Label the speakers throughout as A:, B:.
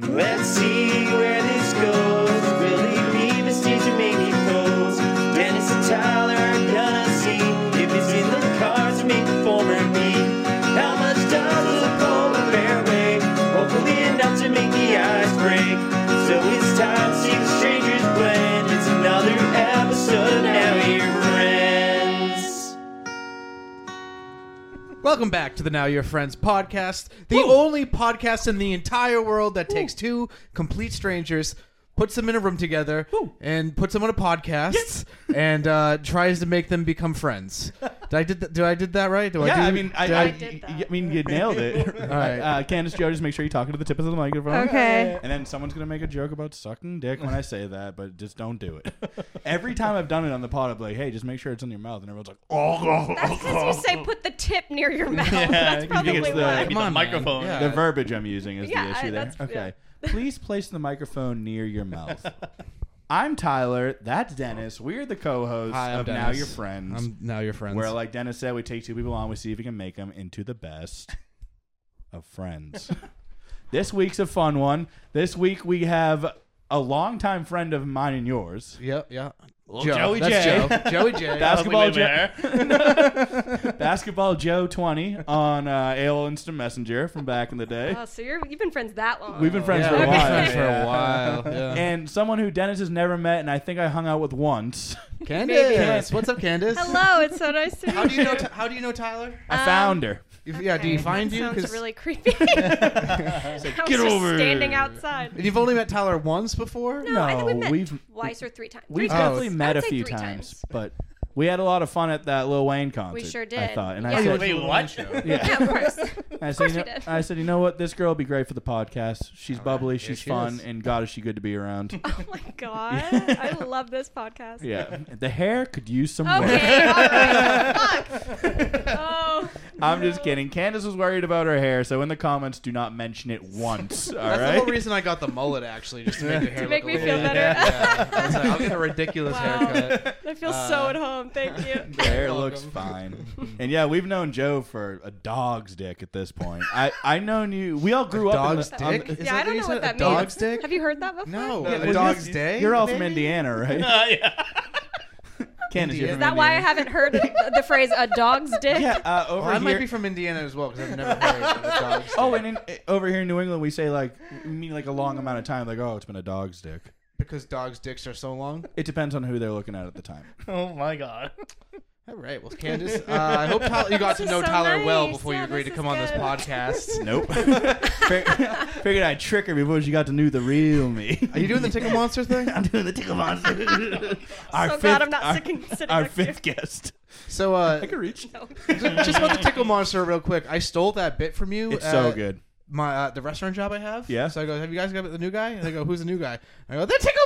A: Let's see where this goes. Willie Beavis, DJ Mamie Foles, Dennis and Tyler are gonna see if it's in the cards to make the former me. How much does the polar bear weigh? Hopefully enough to make the ice break. So it's time to see the strangers blend. It's another episode of Now You're Friends.
B: Welcome back to the Now Your Friends podcast, the only podcast in the entire world that takes two complete strangers, puts them in a room together,
C: Woo.
B: and puts them on a podcast, and uh, tries to make them become friends. Did I did that, did I did that right? Do I do
C: Yeah, I
B: that-
C: mean, I,
B: did
C: I,
D: I did
C: y-
D: that.
C: I mean, you nailed it.
B: right.
C: uh, Candace Joe, just make sure you talk into the tip of the microphone.
D: Okay.
C: And then someone's gonna make a joke about sucking dick when I say that, but just don't do it. Every time I've done it on the pod, I'm like, "Hey, just make sure it's in your mouth," and everyone's like, "Oh."
D: That's because you say put the tip near your mouth.
C: Yeah,
D: That's
C: you think
D: probably
C: it's the-
D: why.
B: Come
E: the
B: on, man.
E: microphone.
B: Yeah.
C: The verbiage I'm using is
D: Yeah,
C: the
D: I-
C: issue there.
D: that's-
C: Okay. Please place the microphone near your mouth. I'm Tyler. That's Dennis. We're the co-hosts
B: Hi, I'm
C: of Now
B: Dennis.
C: Your Friends.
B: I'm now your friends.
C: Where, like Dennis said, we take two people on, we see if we can make them into the best of friends. this week's a fun one. This week we have a longtime friend of mine and yours,
B: yep, yeah.
E: Joey
B: that's
E: J.
B: Joe. Joey J.
E: I
C: That's-
E: was like, wait a
C: Basketball
E: minute.
C: Basketball Joe Twenty on uh, AOL Instant Messenger from back in the day.
D: Oh, so you're, you've been friends that long.
C: We've been friends
B: yeah,
C: for a
B: we've been
C: while.
B: friends for
C: Yeah.
B: a while. Yeah.
C: And someone who Dennis has never met, and I think I hung out with once.
B: Candace, what's up, Candace?
D: Hello, it's so nice to meet
B: How do you know? How do you know Tyler?
C: I
D: Um,
C: found her.
B: If- Yeah, do you
D: Okay,
B: find
D: that
B: you?
D: Sounds
B: 'Cause-
D: really creepy. Get over standing outside.
B: and you've only met Tyler once before.
D: No, I think we've
C: No,
D: met
C: we've-
D: twice or three times.
C: We've
D: Three
C: definitely
D: times.
C: met
D: I
C: a
D: would say
C: few
D: three
C: times, but we had a lot of fun at that Lil Wayne concert.
D: sure
C: I
D: did.
C: thought, and
D: Yeah.
C: I
B: you
C: said,
B: went to
E: Wait,
B: a
E: what?
B: show. Yeah.
C: yeah.
D: Yeah, of course.
C: I said,
D: course
C: you know,
D: we did.
C: I said, you know what? This girl would be great for the podcast. She's bubbly,
B: Here
C: she's
B: she
C: fun,
B: is.
C: and God, is she good to be around.
D: oh my god, I love this podcast.
C: yeah, the hair could use some work.
D: Okay, all right. Fuck. Oh.
C: I'm just
D: no.
C: kidding. Candace was worried about her hair, so in the comments, do not mention it once. All
B: That's the
C: right.
B: whole reason I got the mullet, actually, just to make the hair
D: make
B: look a
D: me
B: little
D: feel
B: bit-
D: better.
B: Yeah, yeah. I was like, I'll get a ridiculous
D: Wow.
B: haircut.
D: I feel
B: Uh,
D: so at home. Thank you.
C: The hair
B: You're
C: looks
B: welcome.
C: fine. And yeah, we've known Joe for a dog's dick at this point. I I known you. We all grew up. in
B: dog's
C: the- um, on
B: dick?
C: the-
B: Is
D: yeah, I
B: that what
D: don't
B: you
D: know
B: said?
D: what
B: A
D: that means.
B: dog's dick?
D: Have you heard that before?
B: No,
E: Yeah,
B: a
E: well, you-
B: dog's day.
C: You're all from
B: maybe?
C: Indiana, right?
E: Oh, yeah.
C: Candace,
B: Indiana.
C: you're from
B: Is
D: Is that why I
C: Indiana.
D: haven't heard the, the phrase "a dog's dick"?
C: Yeah, uh, over
B: Well, I
C: here.
B: might be from Indiana as well because I've never heard of a dog's dick.
C: Oh, and in, over here in New England, we say like we mean like a long amount of time. Like, oh, it's been a dog's dick.
B: because dogs' dicks are so long.
C: It depends on who they're looking at at the time.
E: Oh my god.
B: All right, well, Candace, uh, I hope Tyler, you got
D: This
B: to
D: is
B: know
D: so
B: Tyler well
D: nice.
B: before you
D: Yeah,
B: agreed to
D: this
B: come
D: is
B: on this
D: good.
B: podcast.
C: Nope. Figured I'd trick her before she got to know the real me.
B: Are you doing the tickle monster thing?
C: I'm doing the tickle monster. our
D: so
C: fifth,
D: glad I'm not
C: our,
D: sitting, sitting
C: our
D: next to you.
C: fifth guest.
B: So, uh,
C: reach.
D: No.
B: just about the tickle monster, real quick. I stole that bit from you.
C: It's
B: uh,
C: so good.
B: my uh, the restaurant job I have.
C: Yeah.
B: So I go, have you guys got the new guy? And they go, who's the new guy? And I go, the tickle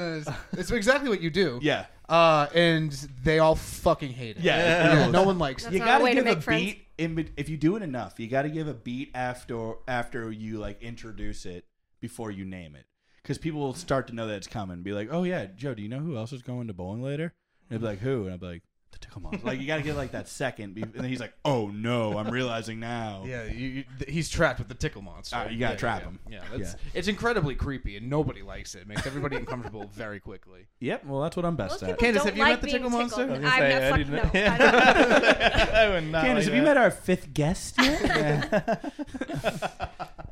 B: monster. And it's, it's exactly what you do.
C: Yeah.
B: Uh, and they all fucking hate it.
C: Yeah.
B: Yeah, no one likes
D: That's
B: it.
C: you
D: not a
C: gotta
D: way to
C: give
D: make
C: a
D: friends.
C: beat. In, bet- if you do it enough, you gotta give a beat after after you like introduce it before you name it, because people will start to know that it's coming. Be like, oh yeah, Joe, do you know who else is going to bowling later? And they'll be like, who? And I'll be like, the tickle monster. like you gotta get like that second, be- and then he's like, oh no, I'm realizing now.
B: Yeah, you, you, th- he's trapped with the tickle monster.
C: Ah, you gotta
B: Yeah,
C: trap
B: yeah,
C: him.
B: Yeah, that's, it's incredibly creepy, and nobody likes it. It makes everybody uncomfortable very quickly.
C: Yep. Well, that's what I'm best
D: Most
C: at.
D: people
B: Candace,
D: don't
B: have you
D: like
B: met the
D: being
B: tickle
D: tickled.
B: monster? I was
D: I'm
B: gonna
D: not
E: say, I
D: fucking no.
E: didn't-
D: I don't-
E: I would not. like
C: Candace, have you
E: that.
C: met our fifth guest yet?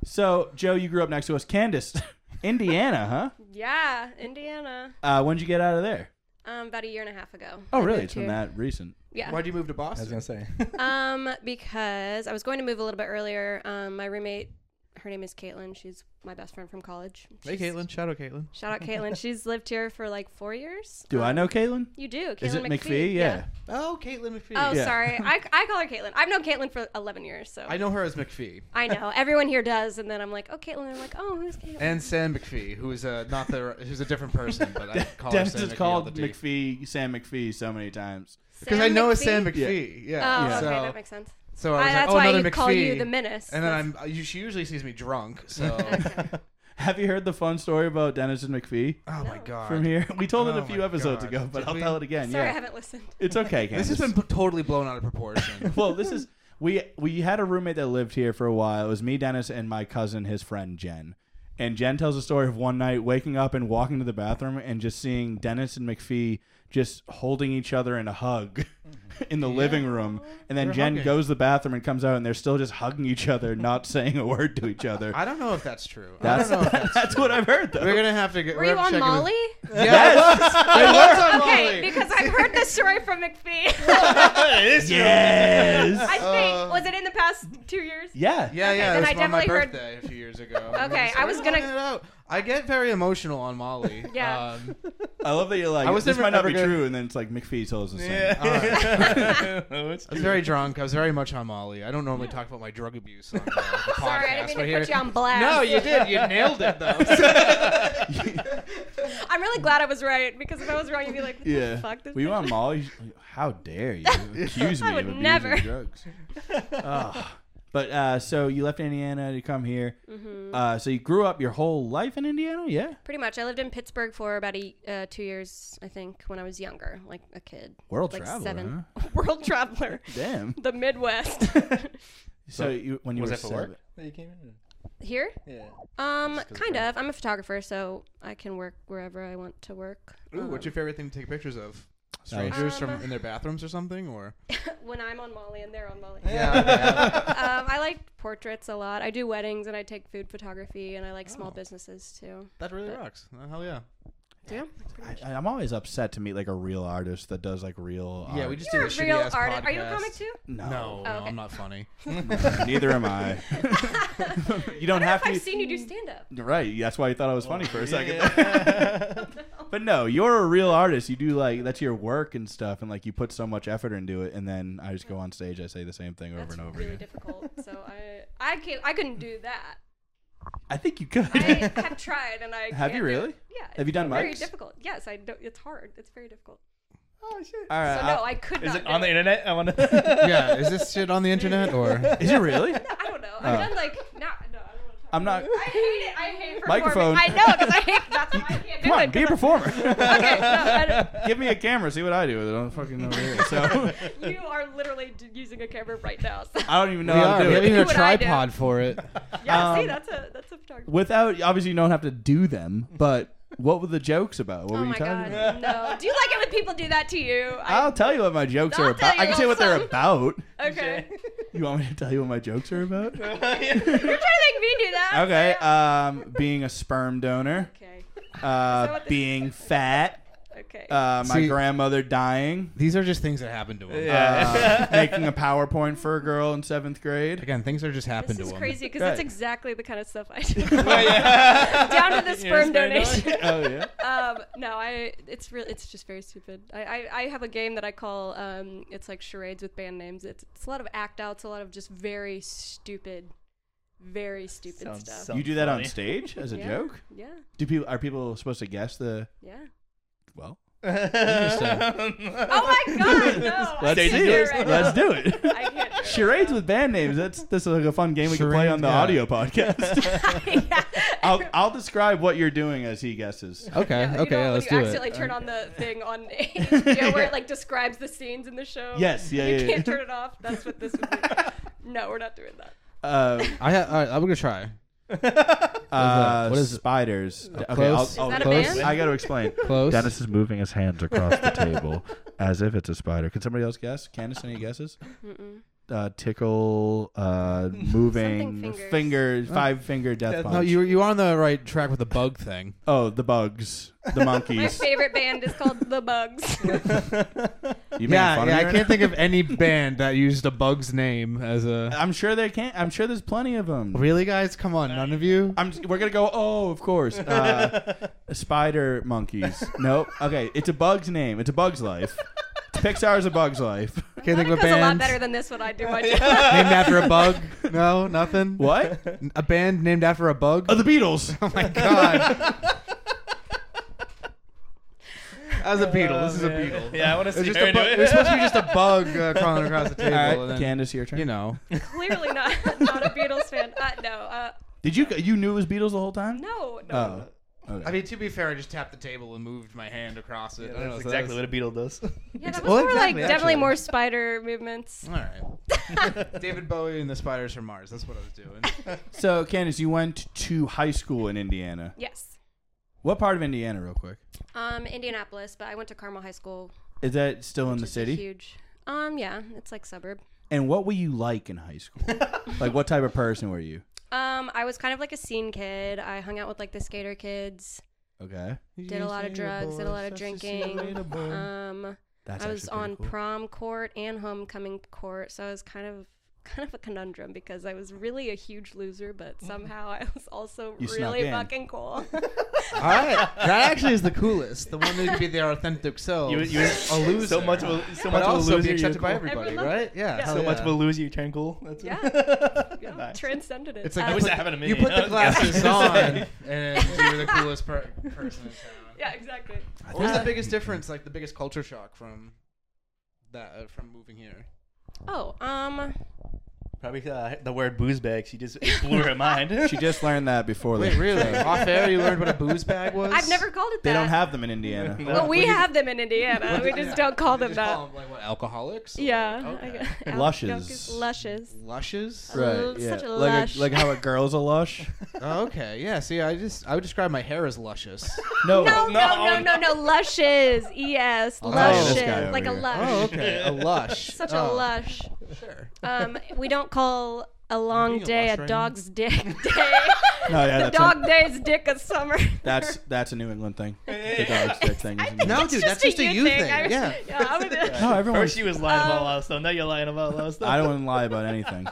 C: so, Joe, you grew up next to us. Candace, Indiana,
D: yeah, Indiana.
C: huh? Uh, when'd you get out of there?
D: Um, about a year and a half ago.
C: Oh,
D: I
C: really?
D: moved
C: It's been
D: here.
C: that recent.
D: Yeah.
B: Why'd you move to Boston?
E: say.
D: Um, because I was going to move a little bit earlier. Um, my roommate, her name is Caitlin. She's my best friend from college.
B: Hey,
D: She's-
B: Caitlin. Shout out, Caitlin.
D: Shout out Caitlin. She's lived here for like four years.
C: Do I
D: Um,
C: know Caitlin?
D: You do. Caitlin
C: Is it McPhee? Yeah.
B: Oh, Caitlin McPhee.
D: Oh,
C: Yeah.
D: sorry. I, I call her Caitlin. I've known Caitlin for 11 years, so
B: I know her as McPhee.
D: I know. Everyone here does, and then I'm like, oh, Caitlin. I'm like, oh, who's Caitlin?
B: And Sam McPhee, who is uh, not the, who's a different person, but I call her
C: Dennis
B: Sam
C: has
B: McPhee all the
C: called
B: time.
C: McPhee Sam McPhee so many times.
B: Because I know it's
D: McPhee?
B: Sam
C: Yeah.
B: McPhee. Yeah.
D: Oh,
C: Yeah.
D: okay,
B: So,
D: that makes sense.
B: so I
D: I,
B: was like,
D: that's
B: oh,
D: why
B: another
D: you
B: McPhee.
D: call you the menace.
B: and then
D: That's-
B: I'm, uh, you- she usually sees me drunk. So,
C: Have you heard the fun story about Dennis and McPhee
B: oh my
D: No.
B: god.
C: from here? We told it
B: Oh
C: a few
B: my
C: episodes
B: God.
C: ago, but
B: Did
C: I'll
B: we?
C: tell it again.
D: Sorry, I
C: yeah.
D: haven't listened.
C: It's okay, Candace.
B: This has been p- totally blown out of proportion.
C: well, this is we we had a roommate that lived here for a while. It was me, Dennis, and my cousin, his friend Jen. And Jen tells a story of one night waking up and walking to the bathroom and just seeing Dennis and McPhee just holding each other in a hug in the living room. And then
B: They're
C: Jen
B: hugging.
C: goes to the bathroom and comes out and they're still just hugging each other, not saying a word to each other.
B: I don't know if that's true.
C: That's,
B: I don't know if that's
C: that's what I've heard though.
B: We're gonna have to get.
D: Were
B: we're
D: you
B: gonna
D: on
B: check it with-
D: Molly?
B: Yeah, yes. on
D: Okay,
B: Molly.
D: because I've heard this story from McPhee.
E: It's your-
C: Yes.
D: I think was it in the past two years?
C: yeah.
B: Yeah,
D: Okay,
B: yeah.
D: then
B: it was
D: I
B: on my
D: definitely heard-
B: birthday a few years ago.
D: Okay, I was
B: We're
D: gonna-
B: finding it out. I get very emotional on Molly.
D: Yeah.
B: Um,
C: I love that you're like,
B: I was
C: this
B: never
C: might not
B: ever
C: be
B: gonna-
C: true. And then it's like, McPhee tells us. Yeah.
E: Yeah. It's
B: I was very drunk. I was very much on Molly. I don't normally talk about my drug abuse on uh, the podcast.
D: Sorry, I
B: but
D: didn't mean to
B: here-
D: put you on blast.
B: No, you did. You nailed it though.
D: I'm really glad I was right because if I was wrong, you'd be like, what
C: Yeah.
D: the fuck? This
C: Were you on
D: bitch-
C: Molly? She's like, How dare you accuse me
D: I would
C: of abusing
D: never.
C: drugs? Ugh. But uh, so you left Indiana to come here.
D: Mm-hmm.
C: Uh, so you grew up your whole life in Indiana, yeah?
D: Pretty much, I lived in Pittsburgh for about a, uh, two years, I think, when I was younger, like a kid.
C: World
D: like
C: traveler,
D: World traveler.
C: Damn.
D: The Midwest.
C: So you, when you
E: Was
C: were
E: that for
C: seven-
E: work? That Oh, you came in?
D: Here?
E: Yeah.
D: Um,
E: Just 'cause
D: kind
E: we're-
D: of. I'm a photographer, so I can work wherever I want to work.
B: Ooh, what's your favorite thing to take pictures of? Strangers
D: Strangers
B: from in their bathrooms or something, or
D: Um, when I'm on Molly and they're on Molly.
B: Oh, yeah,
D: um, I like portraits a lot. I do weddings and I take food photography and I like small
B: Oh.
D: businesses too.
B: that really rocks. Uh, hell yeah!
D: Yeah.
C: I, I'm always upset to meet like a real artist that does like real
B: Yeah,
C: art.
B: we just
D: You're a
B: did a shitty
D: real
B: ass
D: artist. Are you a
B: podcast.
D: comic too?
C: No.
B: No, no,
D: Oh, okay.
B: I'm not funny.
C: Neither am I. you don't have
D: I've
C: to.
D: seen you do stand up.
C: Right. That's why you thought I was funny for a second.
B: Oh,
E: Yeah.
C: But no, you're a real artist. You do like that's your work and stuff, and like you put so much effort into it. And then I just go on stage, I say the same thing over
D: That's
C: and over
D: really
C: again.
D: difficult. So I I can't I couldn't do that.
C: I think you could.
D: I have tried and I
C: Have
D: can't
C: you
D: do it.
C: really?
D: Yeah.
C: Have you
D: it's
C: done
D: Very
C: mics?
D: difficult. Yes, I don't it's hard. It's very difficult.
E: oh shit.
C: All right.
D: So no, I could
E: Is
D: not
E: it
D: do
E: on the internet? I want to.
B: yeah, is this shit on the internet or?
C: is it really?
D: I don't know.
C: Oh.
D: I've done like no, no, I don't want to talk.
C: I'm not.
D: I hate it. I hate performing.
C: Microphone.
D: I know because I hate. That's why I can't do
C: Come on,
D: it.
C: be a
D: 'cause
C: performer.
D: I- okay, no,
C: Give me a camera, see what I do with it. I don't fucking know what it is. So
D: I don't- you are literally d- using a camera right now. So.
C: I don't even know
B: we
C: how
B: are.
C: to
B: We
C: do
B: have
C: it.
B: even a
D: What I do.
B: tripod for it.
D: Yeah, see,
C: Um,
D: that's a that's a photography.
C: Without obviously, you don't have to do them. But what were the jokes about? What
D: Oh
C: were you
D: my
C: talking
D: god,
C: about?
D: no! Do you like it when people do that to you?
C: I'll tell you what my jokes
D: I'll
C: are
D: tell
C: about. I
D: you
C: can say what they're
D: some.
C: about.
D: okay.
C: You want me to tell you what my jokes are about?
D: You're trying to make me do that.
C: Okay.
D: so-
C: Um, being a sperm donor.
D: okay. Is that
C: Uh,
D: what this-
C: being fat.
D: Okay.
C: Uh, my
B: See-
C: grandmother dying.
B: These are just things that happen to him.
C: Uh, making a PowerPoint for a girl in seventh grade.
B: Again, things are just happen
D: this
B: to
D: is
B: him.
D: crazy because
C: Right.
D: that's exactly the kind of stuff I do.
E: yeah.
D: Down to the
E: Your
D: sperm donation.
C: Oh yeah.
D: um, no, I it's real. It's just very stupid. I, I, I have a game that I call um, it's like charades with band names. It's it's a lot of act outs, a lot of just very stupid, very stupid
E: Sounds
D: stuff.
E: so-
C: You do that on
E: Funny.
C: stage as a
D: Yeah.
C: joke?
D: Yeah,
C: Do people are people supposed to guess the
D: yeah.
C: well?
D: Oh my god, no!
C: Let's
D: I
C: do
D: can't do it.
C: it.
D: Right
C: Let's
D: now.
C: do it.
D: I can't. do it
C: Charades
D: right
C: with band names. That's this is like a fun game we can play
B: Charades,
C: on the
B: yeah.
C: audio podcast.
D: now. yeah.
C: I'll, I'll describe what you're doing as he guesses.
B: Okay,
D: Yeah, you
B: okay,
D: know,
B: yeah,
D: when
B: let's
D: you
B: do
D: accidentally
B: it.
D: turn on the thing on HBO where it like describes the scenes in the show.
C: Yes, yeah,
D: You
C: yeah,
D: can't
C: yeah.
D: turn it off. That's what this would be. No, we're not doing that.
C: Uh,
B: I ha- all right, I'm gonna try.
C: uh,
B: What is it?
C: spiders?
B: close?
D: Is that a
B: Close?
D: band?
C: I got to explain.
B: Close.
C: Dennis is moving his hands across the table as if it's a spider. Can somebody else guess? Candace, any guesses? Uh, tickle, uh, moving
D: fingers.
C: fingers, five finger death punch.
B: No, you you are on the right track with the bug thing.
C: oh, the bugs, the
D: My
C: monkeys.
D: favorite band is called The Bugs.
C: You making
B: Yeah, yeah.
C: fun of me
B: I
C: right
B: can't
C: now?
B: think of any band that used a bug's name as a.
C: I'm sure they can't. I'm sure there's plenty of them.
B: Really, guys? Come on, none of you.
C: I'm. We're gonna go. Oh, of course. Uh, spider monkeys. nope. Okay, it's a bug's name. It's a bug's life. Pixar's a bug's life.
B: Can't think of a
D: Monica's a lot
B: band
D: better
B: named
D: than this when I do my job.
B: after a bug. No, nothing.
C: What?
B: A band named after a bug.
C: Oh, the Beatles.
B: Oh my god. As a beetle, this is a beetle.
E: Yeah, I want to see
B: It's just
E: her
B: a
E: do
B: bu-
E: it.
B: it was supposed to be just a bug uh, crawling across the table,
C: All
B: and
C: right,
B: then,
C: Candace, your turn.
B: you know.
D: Clearly not not a Beatles fan. Uh, no, uh,
C: Did you you knew it was Beatles the whole time?
D: no, no.
C: Oh. Okay.
B: I mean, to be fair, I just tapped the table and moved my hand across it.
E: Yeah,
B: I don't
E: that's
B: know, so
E: exactly what a
B: that
E: beetle does.
D: Yeah, that was
B: Well,
D: more like
B: exactly,
D: definitely
B: actually.
D: more spider movements.
B: was- All right. David Bowie and the Spiders from Mars. That's what I was doing.
C: So, Candace, you went to high school in Indiana.
D: Yes.
C: What part of Indiana, real quick?
D: Um, Indianapolis, but I went to Carmel High School.
C: Is that still in the
D: which is a
C: city?
D: Huge. Um, yeah, it's like suburb.
C: And what were you like in high school? like, what type of person were you?
D: Um, I was kind of like a scene kid. I hung out with like the skater kids.
C: Okay.
D: Did a lot of drugs. Did a lot of drinking. Um,
C: That's
D: I
C: actually pretty
D: was on
C: cool.
D: prom court and homecoming court, so I was kind of kind of a conundrum because I was really a huge loser, but somehow I was also
C: You snuck
D: really
C: in.
D: fucking cool.
B: All right, that actually is the coolest. The one that could be their authentic self.
E: You, you
B: a loser.
E: so much of a, so
B: but
E: much of a
B: also
E: loser.
B: be
E: you
B: accepted by
E: cool.
B: everybody,
D: Everyone loves
B: right? Yeah.
D: Yeah.
B: hell
E: So much
B: yeah.
E: of a loser, you turn cool. That's
D: Yeah.
E: what-
D: Yeah,
E: Nice.
D: Transcended it. Uh,
B: It's like
D: I
B: you
E: I
D: was-
E: wish
B: put-
E: that happened to me.
B: You put
E: I
B: the
E: was gonna
B: glasses
E: say.
B: on, and you were the coolest per- person in town.
D: yeah, exactly.
B: What was
D: Uh,
B: the biggest difference, like the biggest culture shock from that uh, from moving here?
D: Oh, um,
E: Probably uh, the word booze bag. She just it blew her mind.
C: She just learned that before.
B: Wait,
C: the-
B: really? Off air, you learned what a booze bag was.
D: I've never called it
C: They
D: that.
C: don't have them in Indiana.
E: No.
D: Well, we have them in Indiana.
B: What
D: We
B: did-
D: just
B: yeah.
D: don't call
B: They
D: them
B: just
D: that.
B: call 'em, like what alcoholics? Or-
D: yeah. I
B: okay.
D: guess. Al-
C: Lushes.
D: Coke is Lushes.
B: Lushes.
D: Right. Ooh, such a
C: like,
D: lush.
C: like how a girl's a lush.
B: Oh, okay. Yeah. See, I just I would describe my hair as luscious.
C: Oh, No.
D: No, no, no, no, no. Lushes.
B: this
D: Es. Lushes.
C: guy over
D: like a
C: here.
D: lush.
B: oh, okay. A lush.
D: Such a
B: Oh,
D: lush.
B: Sure.
D: Um, we don't call a long
B: being a
D: day
B: lush
D: a
B: right
D: dog's dick day.
C: No, yeah,
D: the
C: that's
D: dog
C: a,
D: day is dick of summer.
C: that's that's a New England thing. The dog stick thing. Is a
B: No,
C: New England-
B: dude, that's just a you thing.
D: I was-
B: Yeah.
D: I was-
C: no, everyone.
E: First she was lying about
D: Um,
E: a lot of stuff. Now you're lying about a lot of stuff.
C: I don't want to lie about anything.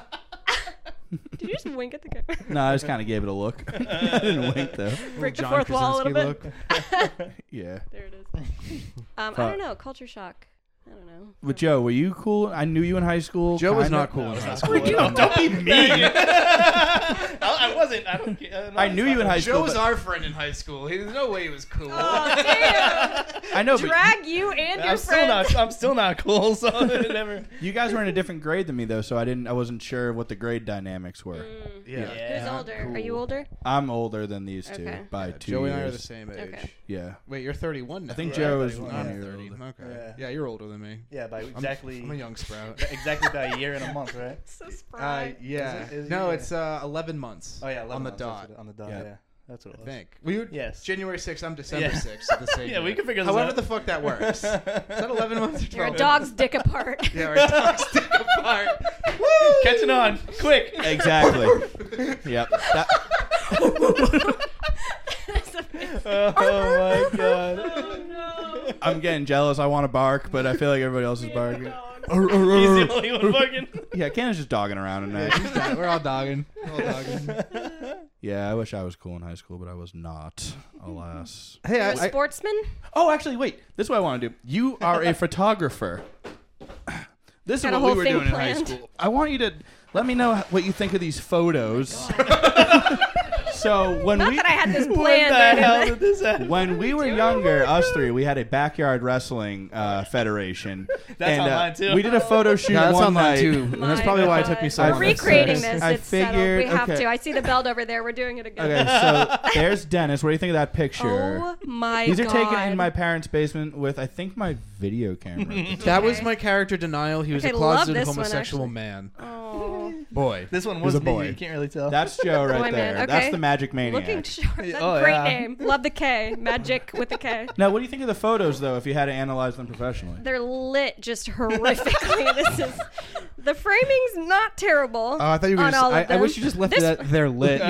D: Did you just wink at the camera?
C: No, I just kind of gave it a look. I didn't wink though.
D: Break the
B: John
D: fourth wall a
B: Krasinski
D: little bit.
C: Yeah.
D: there it is. Um, I
C: Fuck.
D: don't know. Culture shock. I don't know.
C: But Joe, were you cool? I knew you in high school.
B: Joe was
C: kinda.
B: not cool in high school.
E: Well, don't, don't be mean. I, I wasn't. I don't. care. no,
C: I knew
E: it's
C: you in
E: not-
C: high
B: Joe
C: school.
B: was
C: but-
B: our friend in high school. He, there's no way he was cool.
D: Oh, damn.
C: I know, but
D: Drag you and your
E: I'm still
D: friends.
E: not. I'm still not cool. So it never.
C: you guys were in a different grade than me though, so I didn't. I wasn't sure what the grade dynamics were.
D: Mm.
E: Yeah.
D: Who's older? Are you older?
C: I'm older than these two
D: Okay.
C: by
B: Yeah,
C: two
B: Joey
C: years.
B: and I are the same age.
D: Okay.
C: Yeah.
B: Wait, you're 31 now.
C: I think
B: right?
C: Joe is
E: Yeah.
C: one
B: I'm
C: year
B: 30.
C: older.
B: Okay. Yeah.
E: Yeah.
B: you're older than me.
E: Yeah, by
B: I'm-
E: exactly.
B: I'm a young sprout.
E: exactly by a year and a month, right?
D: So
B: Uh,
D: spry.
B: yeah.
E: Is it- is it-
B: no,
E: yeah.
B: it's uh, 11 months.
E: Oh yeah, 11
B: on the
E: months, that's
B: dot.
E: what it- On the dot.
C: Yeah.
E: Yeah. that's what it
B: I
E: was.
B: think we were
E: Yes.
B: January 6th. I'm December
E: Yeah.
B: 6th. At the same
E: Yeah, we
B: year.
E: can figure this
B: However
E: out.
B: the fuck that works. Is that 11 months or 12?
D: You're a dog's dick apart.
B: Yeah, we're dogs stick apart. Woo!
E: Catching on, quick.
C: Exactly. yep. That,
D: That's amazing.
B: Uh-huh.
E: Oh my god.
D: Oh, no.
C: I'm getting jealous. I want to bark, but I feel like everybody else is barking.
D: Dogs.
C: Arr, arr,
E: He's
C: arr,
E: the
C: arr.
E: only one fucking.
C: Yeah, Canda's just dogging around
B: Yeah,
C: tonight.
B: she's dog- We're all dogging. We're all dogging.
C: Yeah, I wish I was cool in high school, but I was not. Alas.
B: Hey,
D: Are you
B: I, I,
D: sportsman?
C: Oh, actually, wait. This is what I want to do. You are a photographer. This
D: Got a
C: is what we
D: whole
C: were
D: thing
C: doing in high
D: planned.
C: school. I want you to let me know what you think of these photos. so when
D: Oh Not
C: we
D: that I had this
E: When
D: planned.
E: the hell
D: or
E: did
D: anything.
E: this happen?
C: when we were
D: doing?
C: younger, us three, we had a backyard wrestling uh, federation.
E: That's
C: and, uh,
E: online, too.
C: We did a photo shoot
B: yeah, that's
C: one
B: on that
C: night.
B: too. And that's
D: My
B: probably why it took me
D: God.
B: so
C: I
B: long.
D: We're
B: to
D: recreating
B: fix.
D: this.
C: I
D: it's
C: figured-
D: settled. We have
C: okay.
D: to. I see the belt over there. We're doing it again.
C: Okay, so there's Dennis. What do you think of that picture?
D: Oh my
C: These are
D: god.
C: taken in my parents' basement with, I think, my video camera. at the time.
B: That was
D: Okay.
B: my character denial. He was
D: Okay,
B: a
D: love
B: closeted
D: this one,
B: homosexual
D: actually.
B: man.
D: Oh,
B: Boy.
E: This one
C: He's
E: was
C: a
E: me.
C: boy.
E: You can't really tell.
C: That's Joe right
D: Boy,
C: there.
D: man,
C: That's
D: okay.
C: the magic maniac.
D: looking sharp. That's
E: Oh,
D: a great
E: yeah.
D: name. Love the K. Magic with the K.
C: Now, what do you think of the photos, though, if you had to analyze them professionally?
D: They're lit just horrifically. this is the framing's not terrible.
B: Oh, I thought you were
D: on
B: just.
D: all of
B: I, I
D: them.
B: wish you just left
D: This-
B: it at they're lit.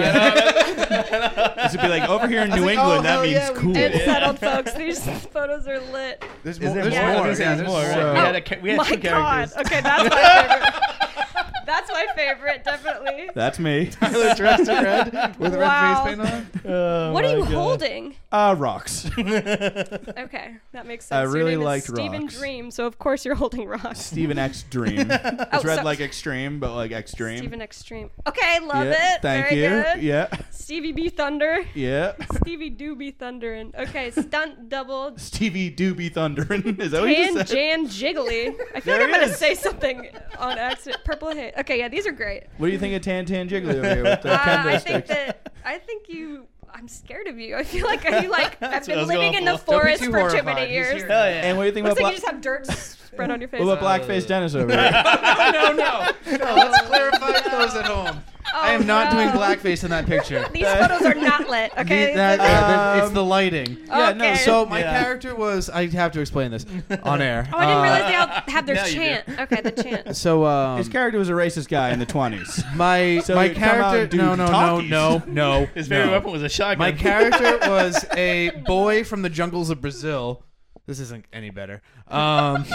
C: This would be like over here in
B: I was
C: New
B: like,
C: England.
B: oh,
C: that
B: hell
C: means
B: yeah, we
C: cool.
B: did
D: It's settled, folks. These photos are lit.
B: There's
E: Is
B: more.
E: there
B: There's
E: more? I was
B: more.
E: gonna say
B: yeah,
E: there's
B: there's
E: more, right?
B: so-
E: Oh, We had, a, ca- we had
D: my
E: two
D: god.
E: characters.
D: Okay, that's my favorite. that's my favorite, definitely.
C: That's me.
B: Tyler dressed in red with
D: Wow.
B: red face paint on.
E: Oh
D: what are you holding?
C: Uh, rocks.
D: Okay, that makes sense.
C: I
D: Your
C: really
D: name is
C: liked
D: Steven
C: rocks.
D: Dream, so of course you're holding rocks.
C: Stephen X Dream. It's read
D: Oh, so-
C: like extreme, but like extreme.
D: Steven Extreme. Okay, love
C: yeah,
D: it.
C: Thank
D: Very
C: you.
D: good.
C: Yeah.
D: Stevie B Thunder.
C: Yeah.
D: Stevie Doobie Thundering. Okay, stunt double.
C: Stevie Doobie Thundering. Is that what you
D: Tan
C: just said?
D: Jan Jiggly. I feel
C: There
D: like I'm
C: he
D: gonna
C: is.
D: say something on accident. Purple Haze. Okay, yeah, these are great.
C: what do you think of Tan Tan Jiggly over here with the
D: Uh,
C: kendo
D: I
C: sticks?
D: think that I think you I'm scared of you. I feel like I like I've
E: That's what I
D: been
E: was
D: living
E: going
D: in the
E: for. Don't
B: be
D: forest
B: too
D: for too
B: horrified.
D: many
B: He's
D: years.
B: here.
E: Hell yeah.
C: And what do you think
D: Looks
C: about
D: like
C: bla-
D: you just have dirt spread on your face.
C: what about blackface Dennis over here?
B: no, no, no. no Oh, let's clarify for those at home. I am not
D: no.
B: doing blackface in that picture.
D: Oh. These photos are not lit. Okay.
B: The- that- yeah, that- it's
C: Um,
B: the lighting.
C: yeah, no,
D: Okay.
B: So my
E: Yeah.
B: character was. I have to explain this on air.
D: Oh, I didn't
B: Uh,
D: realize they all had their
E: Now you do.
D: chant. Okay, the chant.
B: So um,
C: His character was a racist guy in the twenties.
B: my
C: So
B: my
C: you come out and
B: character.
C: do
B: No, no, no,
C: talkies.
B: no, no.
E: His favorite
B: no.
E: weapon was a shotgun.
B: My character was a boy from the jungles of Brazil. This isn't any better. Um,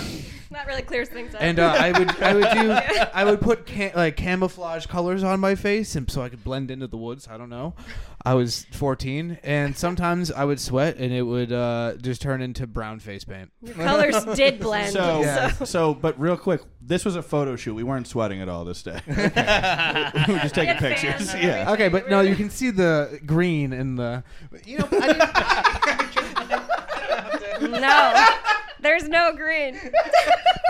D: That really clears things up.
B: and uh, I would I would do I would put ca- like camouflage colors on my face, and so I could blend into the woods. I don't know. I was 14, and sometimes I would sweat, and it would uh, just turn into brown face paint.
D: Your colors did blend.
C: So,
B: Yeah.
C: so, but real quick, this was a photo shoot. We weren't sweating at all this day. we were just taking
D: Good fans.
C: pictures. Yeah.
B: Okay, but no, you can see the green in the. You know, I didn't,
D: No, there's no green.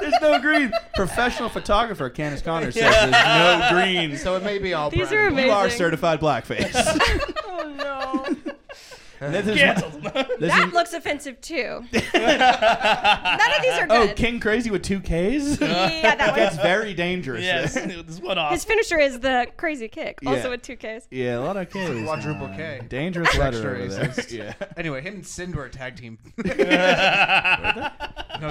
C: There's no green. Professional photographer Candace Connor says there's no green. So
B: so it may be all.
D: These
B: brown.
D: are amazing.
C: you are certified blackface.
D: Oh no,
C: this is
E: Canceled.
C: this
D: that
C: is-
D: looks offensive too. None of these are
C: oh,
D: good.
C: King Crazy with two Ks.
D: yeah, that
C: That's
D: one.
C: very dangerous.
E: yes, this one
D: His
E: off.
D: finisher is the crazy kick,
C: Yeah.
D: also with two Ks.
C: Yeah, a lot of Ks.
B: Quadruple K.
C: Dangerous letter over
B: Extra
C: there.
B: racist.
C: yeah.
B: Anyway, him and Sindor are tag team. no,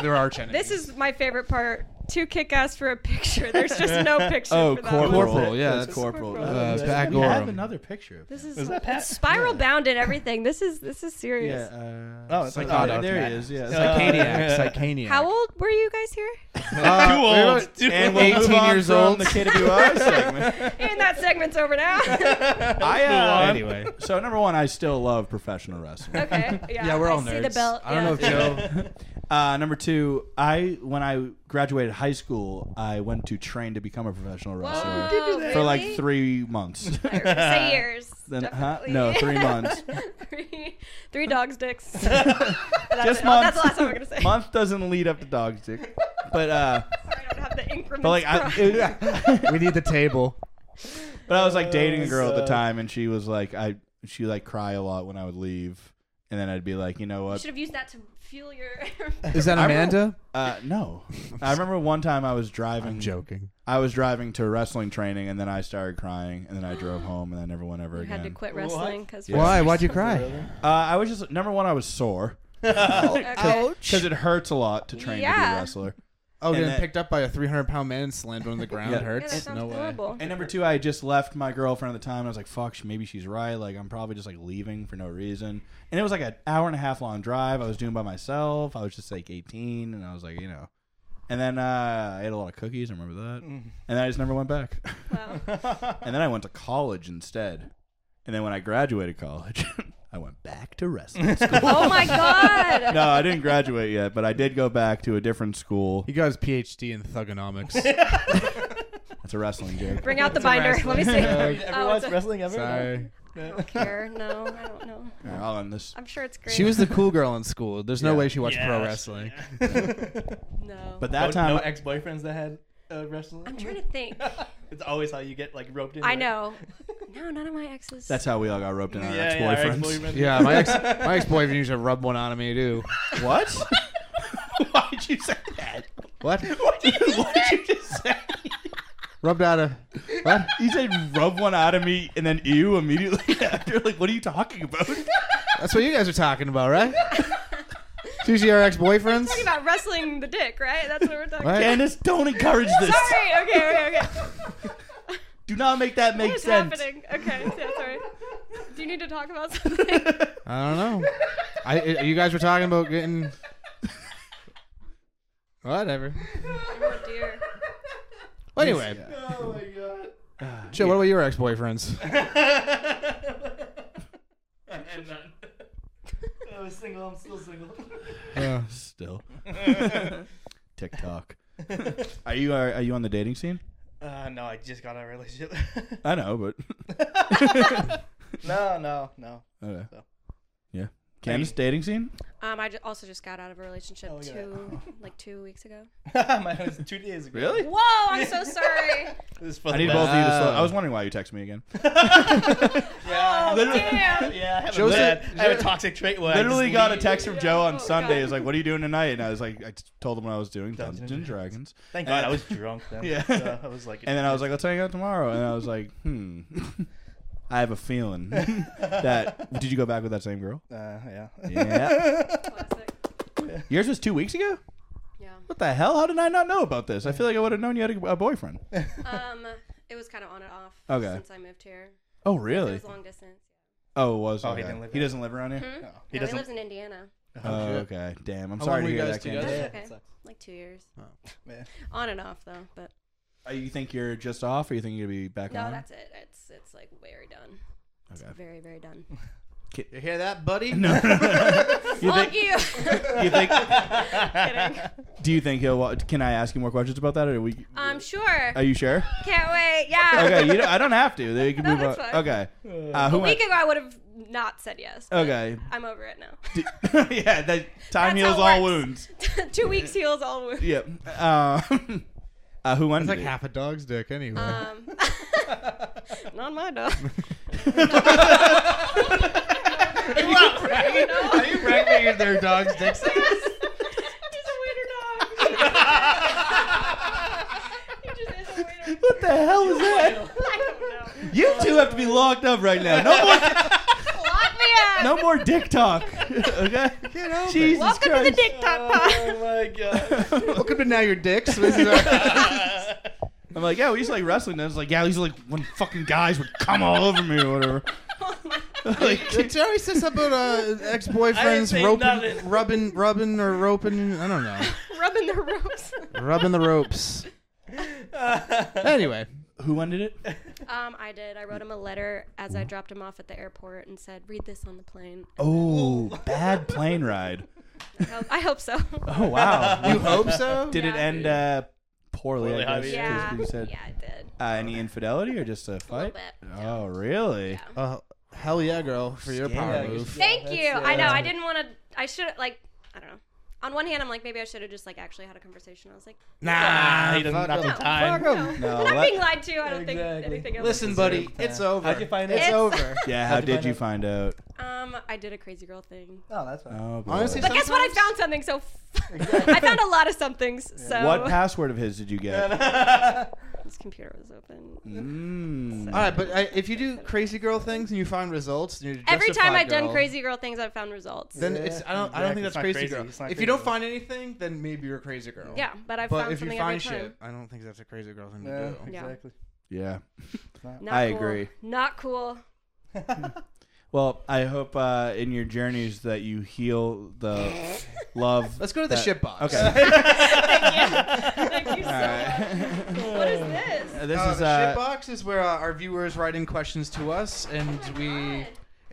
B: they're arch enemies.
D: This is my favorite part. Two kick ass for a picture. There's just no picture.
C: Oh,
D: for that
C: corporal.
D: one.
B: Corporal, yeah,
C: That's
B: that's-
C: corporal.
D: Uh,
C: That's-
B: Pat
C: we have
B: Gorham.
C: another picture of
D: This is,
E: Is that Pat?
D: spiral bound and everything. This is this is
C: Yeah.
D: serious.
C: Uh,
E: Oh, it's
C: psych-
E: like-
C: oh,
B: oh,
C: there
B: Matt.
C: he is. Yeah.
E: Uh,
B: Psychaniacs. Psychaniacs.
D: How old were you guys here?
B: Uh,
E: Too
B: we were-
E: old. Too
C: and
E: old.
C: we'll move
B: 18
C: on
B: years
C: from
B: old.
C: the kid of UR segment.
D: And that segment's over now.
C: I, uh,
B: Anyway.
C: So number one, I still love professional wrestling.
D: okay. Yeah,
B: Yeah, we're all
D: I
B: nerds.
D: See the belt.
B: I don't know if
D: yeah.
B: Joe.
C: Uh, number two, I when I graduated high school, I went to train to become a professional wrestler
D: Whoa, really?
C: for like three months.
D: Say years.
C: Then- huh?
D: definitely.
C: No, three months.
D: three, three dog's dicks. that's
C: Just
D: it. Oh,
C: months.
D: that's the last one we're gonna say.
C: Month doesn't lead up to dog stick, but uh,
D: Sorry, I don't have the increments.
C: but like I,
D: for-
C: it-
B: We need the table.
C: But I was like dating a girl at the
E: Uh,
C: time, and she was like, I she like cry a lot when I would leave, and then I'd be like, you know
D: you
C: what?
D: should have used that to fuel your.
B: Is that
C: I
B: Amanda?
C: Uh, no, I remember one time I was driving.
B: Mm. joking.
C: I was driving to wrestling training, and then I started crying, and then I drove home, and I never went ever
D: you had to
C: again.
D: quit
E: What?
D: wrestling because.
B: Why? Why'd you cry?
C: Uh, I was just number one. I was sore
D: Oh,
C: because it hurts a lot to train to be
D: Yeah.
C: a wrestler.
B: Oh,
C: And
B: getting
C: that-
B: picked up by a 300 pound man and slammed on the ground
C: Yeah.
D: Yeah, that
B: hurts.
D: sounds
B: no way.
D: horrible.
C: And number two, I had just left my girlfriend at the time. I was like, "Fuck, she- maybe she's right. Like, I'm probably just like leaving for no reason." And it was like an hour and a half long drive. I was doing by myself. I was just like 18, and I was like, you know. And then uh, I ate a lot of cookies. I remember that. And then I just never went back.
D: Wow.
C: and then I went to college instead. And then when I graduated college, I went back to wrestling.
D: oh my god.
C: no, I didn't graduate yet, but I did go back to a different school.
B: He got his PhD in thugonomics.
C: That's a wrestling joke.
D: Bring out the binder. Let me see.
B: wrestling
E: Ever
D: Oh,
E: watched
D: it's a-
E: wrestling ever?
B: Sorry.
D: I don't care. No, I don't know.
C: Here, I'll end this.
D: I'm sure it's great.
B: She was the cool girl in school. There's no
C: Yeah.
B: way she watched
E: Yeah,
B: pro
E: that's-
B: wrestling.
D: no.
C: But
E: No,
C: that time,
E: no ex-boyfriends that had uh, wrestling.
D: I'm trying to think.
E: It's always how you get like roped in.
D: I
E: right?
D: know. No, none of my exes.
C: that's how we all got roped in our
E: Yeah, yeah, our
C: ex-boyfriends.
E: ex-boyfriends.
B: Yeah, my ex my ex boyfriend used to rub one on me too.
C: What? Why'd you say that?
B: What?
C: What did you, what did you just say?
B: Rubbed out a what?
C: You said rub one out of me and then ew immediately after. Like, what are you talking about?
B: That's what you guys are talking about, right? It's usually our ex boyfriends.
D: talking about wrestling the dick, right? That's what we're talking
B: Right.
D: about.
C: Candace, don't encourage this.
D: Sorry. Okay. Okay. Okay.
C: Do not make that make
D: What's
C: sense.
D: happening? Okay. Yeah, sorry. Do you need to talk about something?
B: I don't know. I I- you guys were talking about getting whatever.
D: oh dear.
B: Well, anyway,
E: Oh my god.
B: Joe, what about your ex boyfriends?
E: I'm not. I was single. I'm still single.
C: Still. TikTok. Are you are, are you on the dating scene?
E: Uh, no, I just got out of a relationship.
C: I know, but
E: no, no, no.
C: okay.
E: So.
C: yeah, Candace dating scene?
D: Um, I ju- also just got out of a relationship
C: Oh,
E: look
D: two
E: at that.
D: like two weeks ago.
E: Mine was two days ago.
C: Really?
D: Whoa, I'm so sorry.
E: This is for
C: I
E: the
C: need both of you to slow.
B: Wow.
C: I was wondering why you text me again.
E: Yeah,
D: Oh,
E: literally-
D: damn.
E: Yeah, I have,
B: Joseph-
E: a, bad- I have a toxic trait. Where I
C: Literally
E: just
C: got a
E: leave.
C: text from Joe on
D: Oh,
C: Sunday.
D: God.
C: He's like, "What are you doing tonight?" And I was like, I just told him what I was doing,
E: Dungeons
C: Dungeons
E: and
C: and Dragons.
E: Thank God I was drunk then.
C: Yeah.
E: So I was like,
C: And then I was like, "Let's hang out tomorrow." And I was like, "Hmm, I have a feeling that." Did you go back with that same girl?
E: uh, yeah.
C: Yeah.
D: Classic.
C: Yours was two weeks ago.
D: Yeah.
C: What the hell? How did I not know about this? I feel like I would have known you had a, a boyfriend.
D: Um, it was kind of on and off
C: Okay.
D: since I moved here.
C: Oh,
D: It
C: really?
D: was long distance.
C: Oh, it was.
E: Oh, he
C: okay.
E: didn't live
C: He
E: here.
C: doesn't live around here.
E: No,
D: Hmm? He,
E: he
D: no, he lives
E: doesn't.
D: in Indiana.
C: Oh,
B: shit.
C: okay. Damn. I'm
B: How
C: sorry
B: long
C: to
B: were you
C: hear
B: guys
C: that. Candace.
B: together?
D: That's
E: Yeah,
D: okay.
E: that sucks.
D: Like two years.
C: Oh.
E: Yeah.
D: On and off though, but
C: Uh, You think you're just off, or you think you're gonna be back
D: no,
C: on?
D: that's it. It's it's like very done. It's
C: Okay.
D: very very done.
B: You hear that, buddy?
C: no, no, no. you
D: Fuck
C: think?
D: you.
C: You think?
D: Kidding.
C: Do you think he'll? wa- Can I ask you more questions about that, or are we?
D: Um, sure.
C: Are you sure?
D: Can't wait. Yeah.
C: Okay, you don't, I don't have to. They can
D: No,
C: move on.
D: that's fine.
C: Okay. Uh,
D: A
C: who?
D: week
C: Went?
D: ago, I would have not said yes. but
C: Okay.
D: I'm over it now.
C: D- yeah, that time
D: That's
C: heals
D: how it
C: all
D: works.
C: wounds.
D: Two weeks heals all wounds.
C: Yep. Uh, uh, who won?
B: It's like
C: today?
B: half a dog's dick anyway.
D: Um, not my dog.
E: You not bragging?
D: No.
B: Are you bragging that their dog's dick size?
D: He's a wiener dog. he just is a wiener.
C: What the hell is that?
D: I don't know.
C: You two have to be locked up right now. No more,
D: Lock me up.
C: no more dick talk. Okay.
B: Get over it.
C: Jesus
D: Welcome
C: Christ.
D: to the Dick Talk Pod.
E: Oh my god.
B: Welcome to Now Your Dicks. This is our-
C: I'm like, yeah, we used to like wrestling. And I was like, yeah, these are like when fucking guys would come all over me or whatever. like,
B: Jerry says about uh,
E: I didn't
B: ex-boyfriends
E: say
B: roping,
E: nothing.
B: rubbing, rubbing, or roping. I don't know.
D: Rubbing the ropes.
B: rubbing the ropes. Anyway,
C: who ended it?
D: Um, I did. I wrote him a letter as I dropped him off at the airport and said, "Read this on the plane."
C: Oh, bad plane ride.
D: I hope, I hope so.
C: Oh wow.
B: you
E: Uh-huh.
B: hope so?
C: Did it
D: Yeah.
C: end uh, poorly?
E: Poorly,
C: I
E: Javi.
C: guess, 'cause
D: yeah.
C: You said
D: Yeah, I did.
C: uh, any infidelity or just a
D: A little
C: fight?
D: bit.
C: Oh really?
D: Yeah.
B: Uh, hell yeah, girl, for your power
C: Yeah,
B: move.
D: Thank
E: that's-
D: you.
E: yeah,
D: I know.
E: that's-
D: I didn't want to. I should like. I don't know. On one hand, I'm like maybe I should have just like actually had a conversation. I was like,
E: Nah, he doesn't
B: Ah, fuck
E: have the
B: him.
E: time.
B: Fuck
D: no,
B: 'em.
C: No,
D: I'm not
C: what-
D: being lied to. I don't think
E: Exactly.
D: anything. Else.
B: Listen, buddy, it's over.
E: How'd you find
B: it's
D: out?
B: over.
C: Yeah. How
E: How'd you
C: did
E: find
C: you
E: out?
C: find out?
D: Um, I did a crazy girl thing.
E: Oh, that's fine.
C: Oh, boy.
B: Honestly,
D: But guess what? I found something. So f- I found a lot of somethings. So
C: what password of his did you get?
D: this computer was open.
B: Mm-hmm.
C: Mm.
B: All right, but I, if you do crazy girl things and you find results, and you're
D: Every time
B: justified
D: I've done
B: girl,
D: crazy girl things, I've found results.
B: then
E: Yeah,
B: it's I don't I
E: exactly.
B: don't think
E: It's
B: that's
E: not
B: crazy,
E: crazy.
B: girl.
E: It's not
B: If
E: crazy
B: you don't
E: girl.
B: find anything, then maybe you're a crazy girl.
D: yeah, but I've
B: but
D: found
B: if you
D: something
B: find
D: every time.
B: shit, I don't think that's a crazy girl thing
E: Yeah,
B: to do.
E: exactly.
C: Yeah.
D: Not
C: I
D: cool.
C: agree.
D: Not cool.
C: Well, I hope uh, in your journeys that you heal the love.
B: Let's go to the
C: that-
B: shit box.
C: Okay.
D: Thank you so
C: All
D: much.
C: right.
D: What is this?
C: Uh, This
B: Uh,
C: is
B: the
C: uh,
B: Uh, shit box is where uh, our viewers write in questions to us and we
D: God.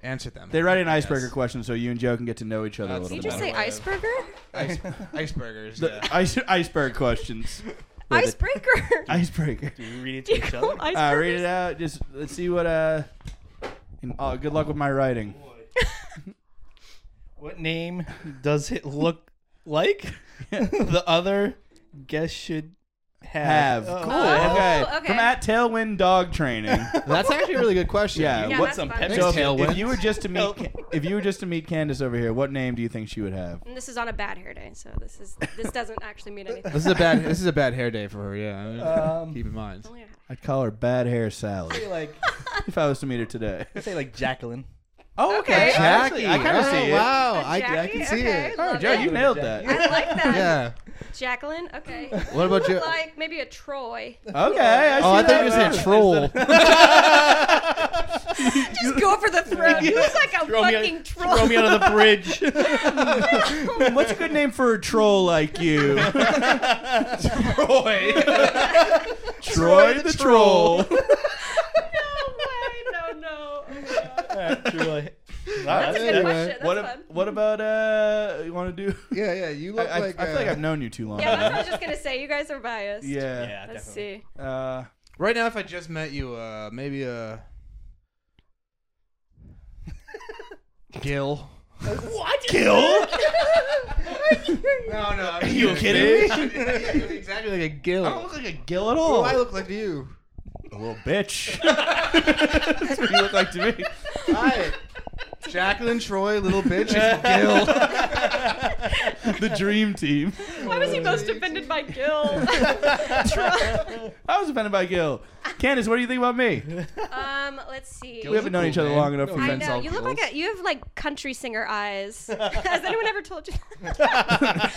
B: answer them.
C: they write an icebreaker
B: Yes.
C: question so you and Joe can get to know each other a
B: That's-
C: little
D: Oh Did you
C: bit.
D: just
C: better.
D: say iceberger?
B: Ice, icebergers.
C: The
B: yeah.
C: ice, iceberg questions. With it.
D: Icebreaker.
C: Icebreaker.
E: Do we read it
D: Do
E: to
D: you
E: each
D: call
E: other?
D: them icebergers?
C: Uh, read it out. Just let's see what. Uh, and, oh, good luck with my writing.
E: What name does it look like? the other guest should have.
C: Have
E: Oh,
C: cool.
D: Oh,
C: okay.
D: okay.
C: From at Tailwind Dog Training.
B: That's actually a really good question.
C: Yeah.
D: Yeah,
E: What's
D: that's
E: some
D: fine.
E: Pepsi?
C: so if,
B: Tailwind.
C: if you were just to meet,
E: Help.
C: if you were just to meet Candace over here, what name do you think she would have?
D: And this is on a bad hair day, so this is this doesn't actually mean anything.
B: This is a bad. This is a bad hair day for her. Yeah.
E: Um,
B: Keep in mind.
D: Only I had
C: I'd call her Bad Hair Sally
E: Say like,
C: if I was to meet her today.
E: say like Jacqueline.
C: Oh,
D: okay.
C: Jackie. I kind of
B: Oh,
C: see it.
B: Wow.
D: A
B: I, I
D: Jackie?
B: can see
D: Okay,
B: it.
D: love
C: Joe,
D: it.
C: you nailed that.
D: I like that.
B: Yeah.
D: Jacqueline, okay.
B: What about you?
D: Like maybe a Troy.
C: Okay. I
B: Oh, I
C: see
B: thought you
C: that.
B: said troll.
D: Just go for the throne. He was like a
E: Throw me,
D: fucking
E: out,
D: troll.
E: throw me out of the bridge.
C: What's a good name for a troll like you?
E: Troy.
C: Troy the troll.
D: no way. No, no. Oh my God.
E: Troy.
D: That's a good
B: Anyway,
D: question. That's
C: what,
D: fun.
C: ab- what about uh? You want to do?
B: yeah, yeah. You
C: I,
B: look
C: I,
B: like.
C: I feel like
B: uh,
C: I've known you too long.
D: yeah, that's what I was just gonna say. You guys are biased.
C: yeah.
E: Yeah,
D: Let's
E: definitely.
D: see.
C: Uh,
B: right now, if I just met you, uh, maybe a. Gil.
E: what?
C: Kill?
B: No, no. I'm
C: You
B: kidding.
C: kidding me?
B: You're exactly like a gill.
C: I don't look like a gill at
B: What
C: all.
B: do I look like to you?
C: a little bitch. That's what you look like to me.
B: Hi. Jacqueline Troy, little bitch, is Gil.
C: The dream team.
D: Why was he most offended by Gil?
C: I was offended by Gil. Candace, what do you think about me?
D: um, let's see.
C: We haven't known each other long enough for
D: I
C: you.
D: know. You look like a, you have like country singer eyes. Has anyone ever told you?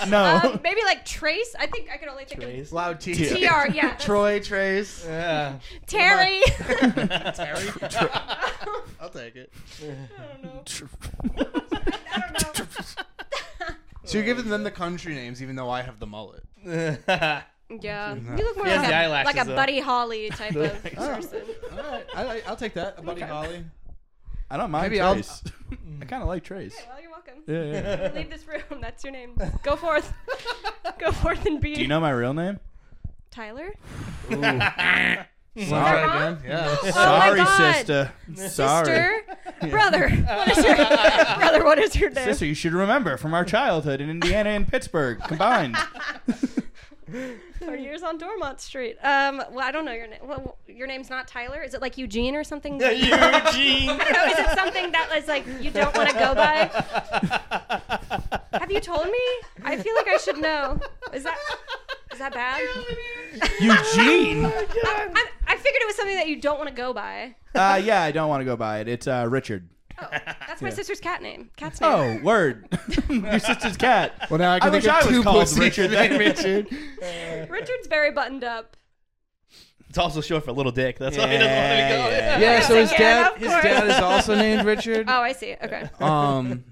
C: No.
D: um, maybe like Trace. I think I could only think
E: Trace.
B: Loud T.
D: of TR. Yeah. that's-
B: Troy, Trace.
E: Yeah.
D: Terry.
B: Terry. I'll take it.
D: I don't know.
B: So you're giving them the country names, even though I have the mullet.
D: Yeah. You look more
E: He has
D: like
E: the
D: a,
E: eyelashes,
D: like a
E: though.
D: Buddy Holly type of person.
B: All right, I, I'll take that. A buddy Holly.
C: I don't mind
B: Maybe I'll-
C: Trace. I kind of like Trace.
D: Well, oh, you're welcome.
C: Yeah, yeah.
D: You Leave this room. That's your name. Go forth. Go forth and be
C: Do you know my real name?
D: Tyler.
B: Sorry
D: Is that wrong?
B: again. Yeah.
D: my
C: Sorry,
D: God.
C: sister. Sorry.
D: Sister. Brother. What is your brother? What is your name?
C: Sister, you should remember from our childhood in Indiana and Pittsburgh combined.
D: Or years on Dormont Street. Um, well, I don't know your name. Well, your name's not Tyler. Is it like Eugene or something?
E: Eugene.
D: I don't know. Is it something that was like you don't want to go by? Have you told me? I feel like I should know. Is that is that bad?
C: Eugene?
D: I, I, I figured it was something that you don't want to go by.
C: Uh, yeah, I don't want to go by it. It's uh, Richard.
D: That's my sister's cat name. Cat's name.
C: Oh, word. Your sister's cat.
B: Well, now I can
C: I
B: think
C: wish I
B: of
C: was
B: two
C: called
B: pussies
C: Richard
B: named
C: then.
B: Richard.
D: Richard's very buttoned up.
E: It's also short for little dick. That's why he doesn't want
C: Yeah.
E: to go.
B: Yeah. So his
D: Yeah,
B: dad,
D: of
B: his
D: course.
B: dad is also named Richard.
D: Oh, I see. Okay.
B: Um,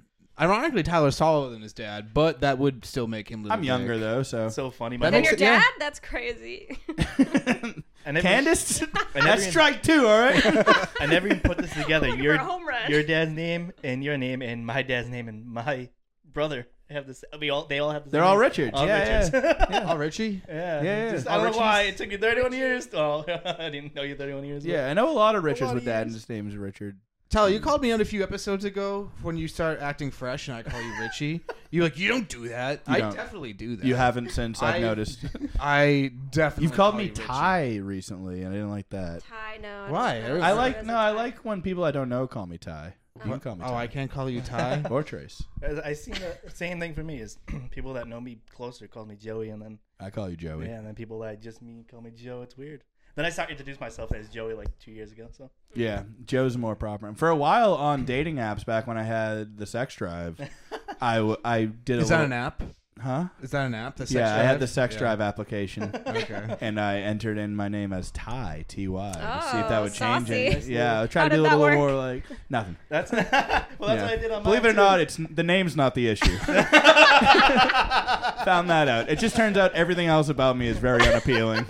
B: ironically, Tyler taller than his dad, but that would still make him. Little
C: I'm younger, though, so.
E: It's so funny.
B: That
E: My
D: And
B: makes
D: your
B: it- yeah.
D: dad? That's crazy.
E: and every,
C: Candace?
E: And
C: That's
E: every,
C: strike two, all right?
E: I never even put this together.
D: Looking
E: Your
D: for a home run.
E: your dad's name and your name and my dad's name and my brother have this. We all they all have. The
C: They're
E: same
C: all
E: name.
C: Richards.
E: All
C: yeah,
E: Richards.
C: yeah.
E: yeah.
B: Oh, Richie.
E: yeah.
C: yeah.
E: Just,
C: All
E: I don't know
C: Richies.
E: why it took you 31 years. Oh, I didn't know you 31 years. but-
C: Yeah, I know a lot of Richards
B: lot
C: with
B: of
C: that, and
B: years.
C: his name's Richard.
B: Tyler,
C: Um,
B: you called me out a few episodes ago when you start acting fresh, and I call you Richie. You're like, you don't do that. I
C: don't.
B: definitely do that.
C: You haven't since I've
B: I-
C: noticed.
B: I definitely.
C: You've called
B: call
C: me
B: you Richie.
C: Ty recently, and I didn't like that.
D: Ty, no. I
B: Why?
D: don't- don't
C: I
D: see
C: like
D: it
C: no,
D: as a
C: I
D: Ty.
C: like when people I don't know call me Ty. You can call me
B: Oh, I
C: Ty
B: can't call you Ty.
C: or Trace.
E: I, I seen the same thing for me is people that know me closer call me Joey, and then
C: I call you Joey.
E: yeah, and then people that just me call me Joe. It's weird. Then I started to introduce myself as Joey like two years ago. So
C: Yeah, Joe's more proper. And for a while on dating apps, back when I had the sex drive, I, w- I did a
B: Is that
C: little-
B: an app?
C: huh?
B: Is that an app? The sex
C: yeah, I had
B: drive?
C: the sex
B: Yeah.
C: drive application,
B: Okay.
C: and I entered in my name as Ty T Y to see if that
D: Oh,
C: would change
D: saucy.
C: it. Yeah, I was trying
D: How
C: to be a
D: did that
C: little
D: work?
C: more like nothing.
E: that's well, that's what
C: Yeah.
E: I did on
C: Believe
E: mine,
C: it
E: too.
C: or not, it's the name's not the issue. Found that out. It just turns out everything else about me is very unappealing.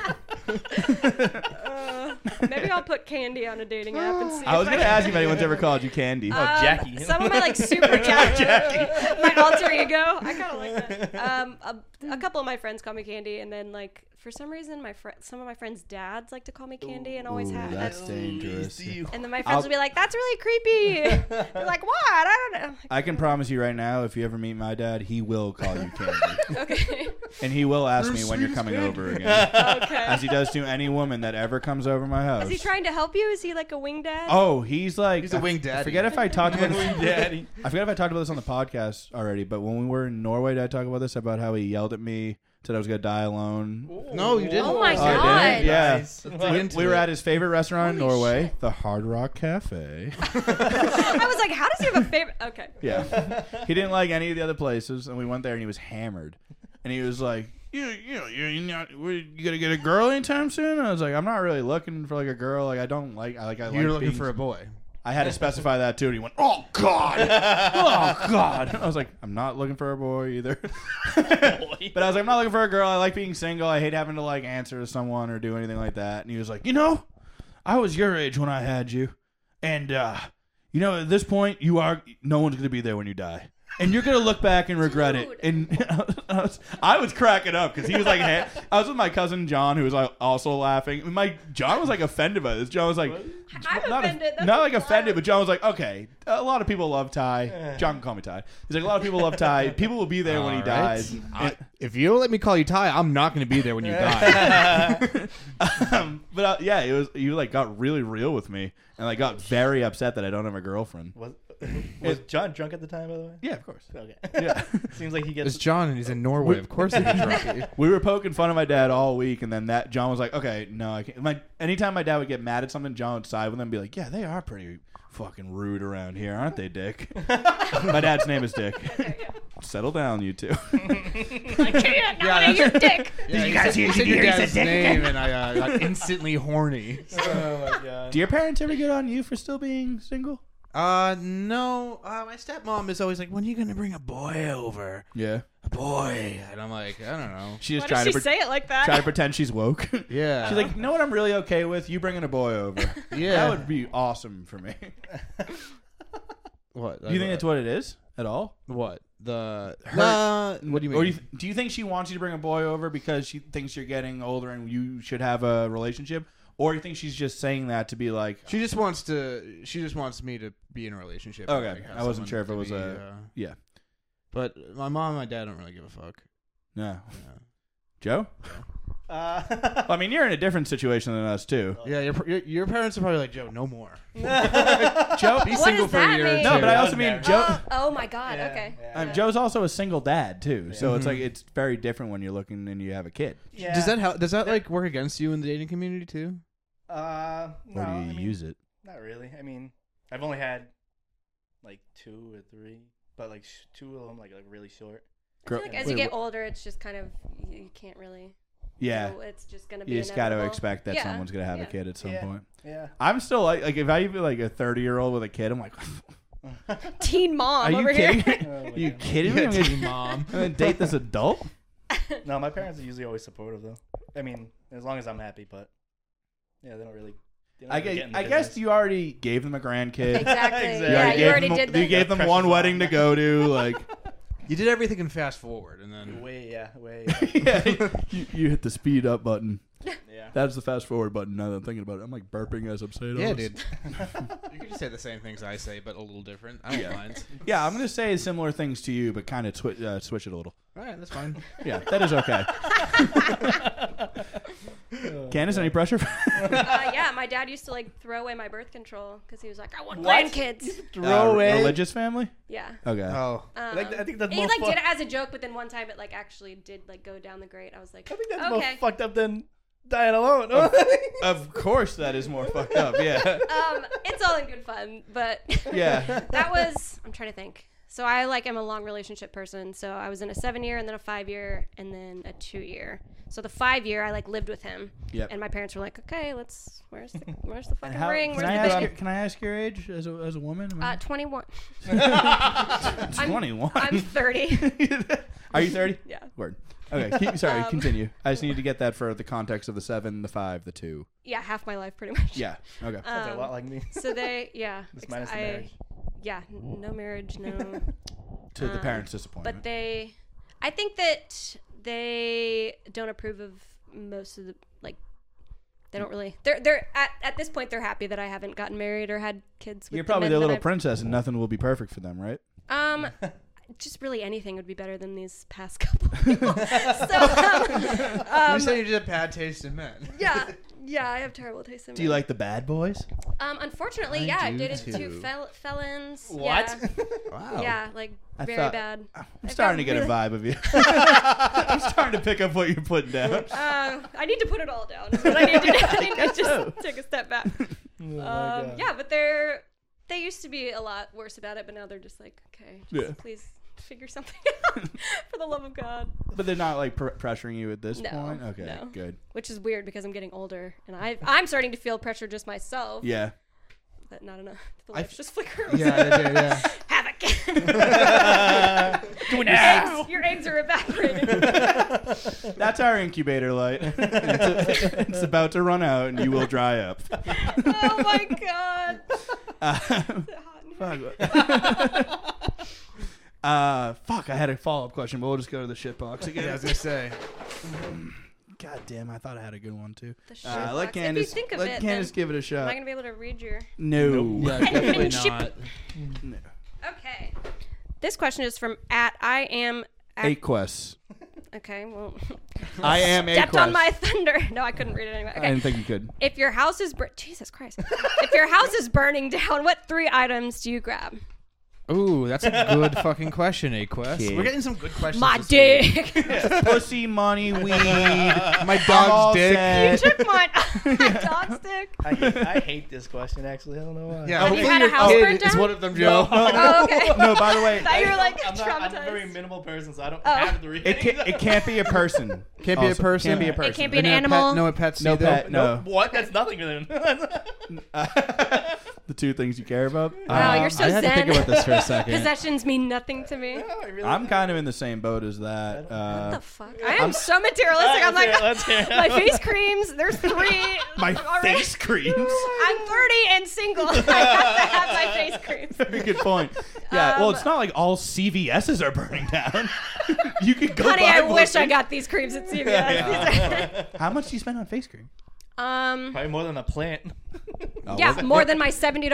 D: Uh, Maybe I'll put Candy on a dating app and see.
C: I
D: if
C: was gonna
D: can-
C: ask if anyone's ever called you Candy. Oh,
D: Um,
E: Jackie.
D: Some of my like super Jackie, my alter ego. I kind of like that. Um, a, a couple of my friends call me Candy, and then like for some reason, my fr- some of my friends' dads like to call me Candy, and always
C: Ooh,
D: have.
C: that's
D: That's-
C: dangerous.
D: and then my friends
C: I'll-
D: will be like, "That's really creepy." They're like, "What? I don't know."
C: I can promise you right now, if you ever meet my dad, he will call you Candy,
D: Okay.
C: and he will ask me when you're coming over again,
D: okay.
C: as he does to any woman that ever comes over my house.
D: Is he trying to help you? Is he like a wing dad?
C: Oh, he's like
B: He's a
C: I-
B: wing
C: I
B: daddy.
C: forget if I talked about this.
E: Daddy.
C: I forget if I talked about this on the podcast already, but when we were in Norway, did I talk about this about how he yelled at me, said I was gonna die alone?
B: No, you didn't.
D: Oh my
C: Oh,
D: God.
C: I did? Yeah.
B: Dig into
C: We were
B: it.
C: at his favorite restaurant in
D: Holy
C: Norway,
D: shit.
C: the Hard Rock Cafe.
D: I was like, "How does he have a favorite?" Okay.
C: yeah, he didn't like any of the other places, and we went there, and he was hammered, and he was like. You, you know, you're not. we're- You gonna get a girl anytime soon? And I was like, I'm not really looking for like a girl. Like I don't like. I like. I
B: You're
C: like
B: looking
C: being-
B: for a boy.
C: I had to specify that too, and he went, "Oh God, oh God." I was like, "I'm not looking for a boy either," but uh, I was like, "I'm not looking for a girl. I like being single. I hate having to like answer to someone or do anything like that." And he was like, "You know, I was your age when I had you, and uh, you know, at this point, you are no one's gonna be there when you die." and you're gonna look back and regret it.
D: Dude.
C: And I was, I was cracking up because he was like, hey, I was with my cousin John, who was like, also laughing. And my John was like offended by this. John was like,
D: I'm
C: not,
D: offended. That's
C: not like
D: a
C: offended,
D: lot.
C: but John was like, okay, a lot of people love Ty. John can call me Ty. He's like, a lot of people love Ty. People will be there when he
B: Eh. All right.
C: dies.
B: I- if you don't let me call you Ty, I'm not going to be there when you die.
C: um, but uh, yeah, it was you like got really real with me, and like got very upset that I don't have a girlfriend.
E: Was, was John drunk at the time, by the way?
C: Yeah, of course.
E: Okay.
C: Yeah.
E: Seems like he
B: it's
E: gets.
B: John, and he's in Norway. Of course, he's drunk.
C: We were poking fun at my dad all week, and then that John was like, "Okay, no, I can't." My anytime my dad would get mad at something, John would side with him and be like, "Yeah, they are pretty fucking rude around here, aren't they, Dick?" my dad's name is Dick. Settle down, you two.
D: I can't. Now I your dick.
B: Did you guys hear, your dad's name? And I uh, got instantly horny.
E: oh my god.
C: Do your parents ever get on you for still being single?
B: Uh, no. Uh, my stepmom is always like, "When are you gonna bring a boy over?
C: Yeah,
B: A boy?" And I'm like, "I don't know."
C: she just
D: Why
C: trying
D: does
C: to
D: she
C: pre-
D: say it like
C: try to
D: that?
C: pretend she's woke.
B: Yeah.
C: She's like, you know what? I'm really okay with you bringing a boy over.
B: "Yeah."
C: That would be awesome for me.
B: what? Uh,
C: Do you think that's what it is at all?
B: what the? Her,
C: Nah,
B: what do you mean?
C: Or you th- do you think she wants you to bring a boy over because she thinks you're getting older and you should have a relationship, or you think she's just saying that to be like,
B: she just wants to. She just wants me to be in a relationship. and,
C: Okay,
B: like, have
C: I
B: someone
C: wasn't sure if it
B: to
C: was
B: be,
C: a-
B: uh,
C: yeah,
B: but my mom and my dad don't really give a fuck.
C: no,
B: Yeah.
C: Joe?
E: Uh,
C: I mean, you're in a different situation than us too.
B: Yeah, your, your, your parents are probably like, Joe, no more.
C: Joe,
B: Be
D: What
B: single
D: does
B: for a
D: that
B: year. or
D: mean?
C: no,
B: two.
C: but I also
E: I'd
C: mean
E: never.
C: Joe.
D: oh, oh my god.
E: Yeah,
D: okay.
E: yeah.
C: Um, Joe's also a single dad too, so
B: Mm-hmm.
C: it's like it's very different when you're looking and you have a kid.
E: yeah.
B: Does that help? Does that like work against you in the dating community too?
E: Uh, no,
C: Or do you
E: I mean,
C: use it?
E: Not really. I mean, I've only had like two or three, but like sh- two of them like like really short.
D: I feel like as you
C: Wait,
D: get older, it's just kind of you, you can't really.
C: Yeah,
D: know, it's just gonna be.
C: you just got to
D: inevitable.
C: expect that
D: Yeah,
C: someone's gonna have
D: yeah.
C: a kid at some
E: Yeah.
C: point.
E: Yeah.
C: I'm still like, like if I even like a 30 year old with a kid, I'm like,
D: Oh, Teen
C: are
D: mom
C: you
D: over
C: kidding?
D: here.
E: Oh my
C: Are you
E: God.
C: kidding me? I'm gonna-
B: mom.
C: I'm gonna date this adult.
E: No, my parents are usually always supportive though. I mean, as long as I'm happy, but yeah, they don't really. They don't
C: I
E: really
C: guess,
E: in the
C: I guess
E: business.
C: you already gave them a grandkid.
D: exactly.
E: Exactly.
D: Yeah,
E: You
D: you already
C: gave them,
D: did that.
C: You gave them one wedding to go to. Like,
B: You did everything in fast forward, and then
E: Way, yeah, way.
C: yeah, you, you hit the speed up button.
E: Yeah.
C: That's the fast forward button. Now that I'm thinking about it, I'm like burping as I'm saying. all
B: yeah,
C: this.
B: dude. you could just say the same things I say, but a little different. I don't mind.
C: Yeah, I'm gonna say similar things to you, but kind of twi- uh, switch it a little.
B: All right, that's fine.
C: Yeah, that is okay. Candace, any pressure?
D: Uh, yeah, my dad used to like throw away my birth control because he was like, "I want
E: What?
D: grandkids."
E: Throw away.
C: Uh, religious family.
D: Yeah.
C: Okay.
B: Oh,
D: Um,
E: like, I think that's
D: he
E: more.
D: like
E: fu-
D: did it as a joke, but then one time it like actually did like go down the grate. I was like,
E: I think that's more
D: okay.
E: fucked up than dying alone.
C: Of course, that is more fucked up. Yeah.
D: um, it's all in good fun, but
C: Yeah.
D: that was I'm trying to think. So I like am a long relationship person. So I was in a seven year and then a five year and then a two year. So the five year I like lived with him.
C: Yep.
D: And my parents were like, okay, let's where's the where's the fucking
C: How-
D: ring?
C: can
D: Where's
C: I
D: the
C: ask?
D: big-"
C: your, can I ask your age as a, as a woman? Am I-
D: Uh, 21. I'm-
C: 21.
D: I'm 30.
C: Are you 30?
D: yeah.
C: Word. Okay, keep, sorry,
D: Um,
C: continue. I just need to get that for the context of the 7, the 5, the 2.
D: Yeah, half my life pretty much.
C: Yeah, okay.
E: Sounds a
D: Um,
E: lot like me.
D: so they, yeah.
E: Just
D: ex-
E: minus the
D: I-
E: marriage.
D: Yeah, n- no marriage, no.
C: to the
D: um,
C: parents'
D: but
C: disappointment.
D: they, I think that they don't approve of most of the like. They don't really. They're they're at at this point they're happy that I haven't gotten married or had kids. With
C: You're
D: the
C: probably
D: men
C: their
D: that
C: little
D: I've-
C: princess, and nothing will be perfect for them, right?
D: Um, just really anything would be better than these past couple. people. so um,
B: you
D: um,
B: said you did a bad taste in men.
D: yeah, yeah, I have terrible taste in
C: Do you
D: men.
C: like the bad boys?
D: Um, unfortunately,
B: I
D: yeah, I
B: do
D: dated
B: too.
D: two fel- felons.
E: What? Oh
D: Yeah.
B: Wow.
D: Yeah, like
C: I
D: very
C: thought-
D: bad.
C: I'm starting to get a
D: really-
C: vibe of you. I'm starting to pick up what you're putting down.
D: Uh, I need to put it all down. Is what I need to do. I need to just
C: so.
D: take a step back.
E: Oh my
D: Um,
E: God.
D: yeah, but they're they used to be a lot worse about it, but now they're just like, okay, just
C: Yeah.
D: please figure something out for the love of God.
C: But they're not like pr- pressuring you at this
D: No,
C: point? Okay,
D: no.
C: good.
D: Which is weird because I'm getting older and I I'm starting to feel pressure just myself.
C: Yeah.
D: But not enough. The
B: I
D: lights
B: f-
D: just flicker.
B: Yeah, they do, yeah.
D: Havoc. your, eggs, your eggs are evaporating.
C: That's our incubator light. it's, it's about to run out, and you will dry up.
D: oh my God.
C: Uh,
D: Hot in here.
C: Fuck. Uh, fuck, I had a follow up question, but we'll just go to the shit box
B: Yeah, I
C: again.
B: was gonna say.
C: God damn, I thought I had a good one too.
D: The shit
C: Uh, let
D: box. If you
C: Candace,
D: think of
C: let
D: it,
C: Candace
D: then
C: give it a
D: am I
C: shot.
D: going to be able to read your?
C: No.
B: definitely not.
C: No.
D: Okay. This question is from at I am. At,
C: Aquas.
D: okay, well,
C: I am
D: stepped
C: Aquas.
D: on my thunder. No, I couldn't read it anyway.
C: I
D: Okay.
C: didn't think you could.
D: If your house is bur- Jesus Christ, if your house is burning down, what three items do you grab?
B: Ooh, that's a good fucking question, Aquest. We're getting some good questions.
D: My
B: this week.
D: dick.
C: Pussy, money, weed.
B: My
C: I'm all
B: dog's dick.
D: you
C: set.
D: took mine. my dog stick.
E: I hate, I hate this question. Actually, I don't know why.
B: Yeah,
D: Have you
B: hopefully
D: had a
B: your
D: house
B: kid is
D: burnt down?
B: one of them, Joe.
D: Oh, okay.
C: no, by the way,
D: Thought you were like
E: I'm, not, I'm a very
D: traumatized.
E: minimal person, so I don't
D: Oh.
E: have the reading.
C: it can't, it can't be a person.
B: Can't be a
C: Also,
B: person.
C: Can't be a person.
D: It can't be an
B: And no
D: animal.
B: Pet, no pets.
C: No
B: either.
C: pet. No. uh,
E: What? That's nothing really.
C: the two things you care about. Uh,
D: Wow, you're so
C: I had to
D: zen.
C: think about this for a second.
D: Possessions mean nothing to me.
E: Uh,
C: I'm kind of in the same boat as that.
D: What
C: Uh,
D: the fuck? I am so materialistic. I'm like,
E: let's hear it.
D: my face creams. There's three.
C: my
D: already.
C: face creams.
D: I'm 30 and single. I have to have my face creams.
C: Very good point. Yeah. well,
D: Um,
C: it's not like all CVSs are burning down. you could go.
D: Honey,
C: buy
D: I
C: more
D: wish I
C: face-
D: got these creams at CVS.
C: How much do you spend on face cream?
D: um,
E: Probably more than a plant.
C: Oh,
D: yeah,
C: was it-
D: more than my $70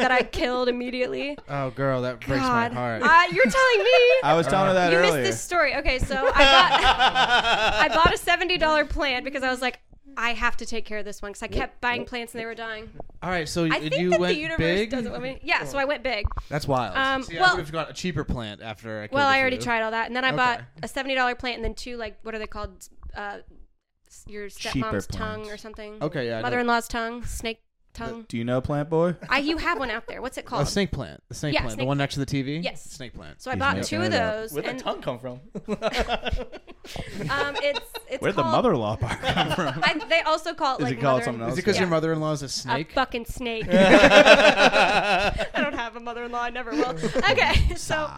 D: that I killed immediately.
B: Oh, girl, that breaks
D: God,
B: my heart.
D: Uh, you're telling me.
C: I was telling her that
D: you
C: earlier.
D: missed this story. Okay, so I bought I bought a seventy dollar plant because I was like, I have to take care of this one because I kept buying plants and they were dying.
B: All right, so
D: I
B: you-
D: think
B: you
D: that
B: went
D: the universe
B: big.
D: doesn't want me. Yeah, so I went big.
B: That's wild.
D: Um,
B: See, I
D: well-
B: would have got a cheaper plant after. I killed
D: Well,
B: the
D: I already
B: food.
D: tried all that, and then I
B: Okay.
D: bought a seventy dollar plant and then two like what are they called? Uh, s- your
C: Cheaper
D: stepmom's tongue
C: plants.
D: or something.
B: Okay, yeah, I know.
D: Mother in law's tongue, snake tongue.
C: Do you know Plant Boy?
D: I you have one out there. What's it
B: A
D: called?
B: snake plant. The snake
D: Yeah,
B: plant.
D: snake
B: the one next to the TV.
D: Yes.
B: Snake plant.
D: So I
C: He's
D: bought
C: making
D: two
C: it
D: of
C: up.
D: those,
E: Where'd the
D: and
E: tongue come from?
D: um, it's it's
C: Where'd the
D: called-
C: mother-in-law part come from?
D: I, they also call it
C: Is
D: like
C: it called
D: mother-
C: something else?
B: Is it because
D: Yeah.
B: your mother-in-law is a
D: A
B: snake?
D: fucking snake. I don't have a mother-in-law. I never will. Okay, so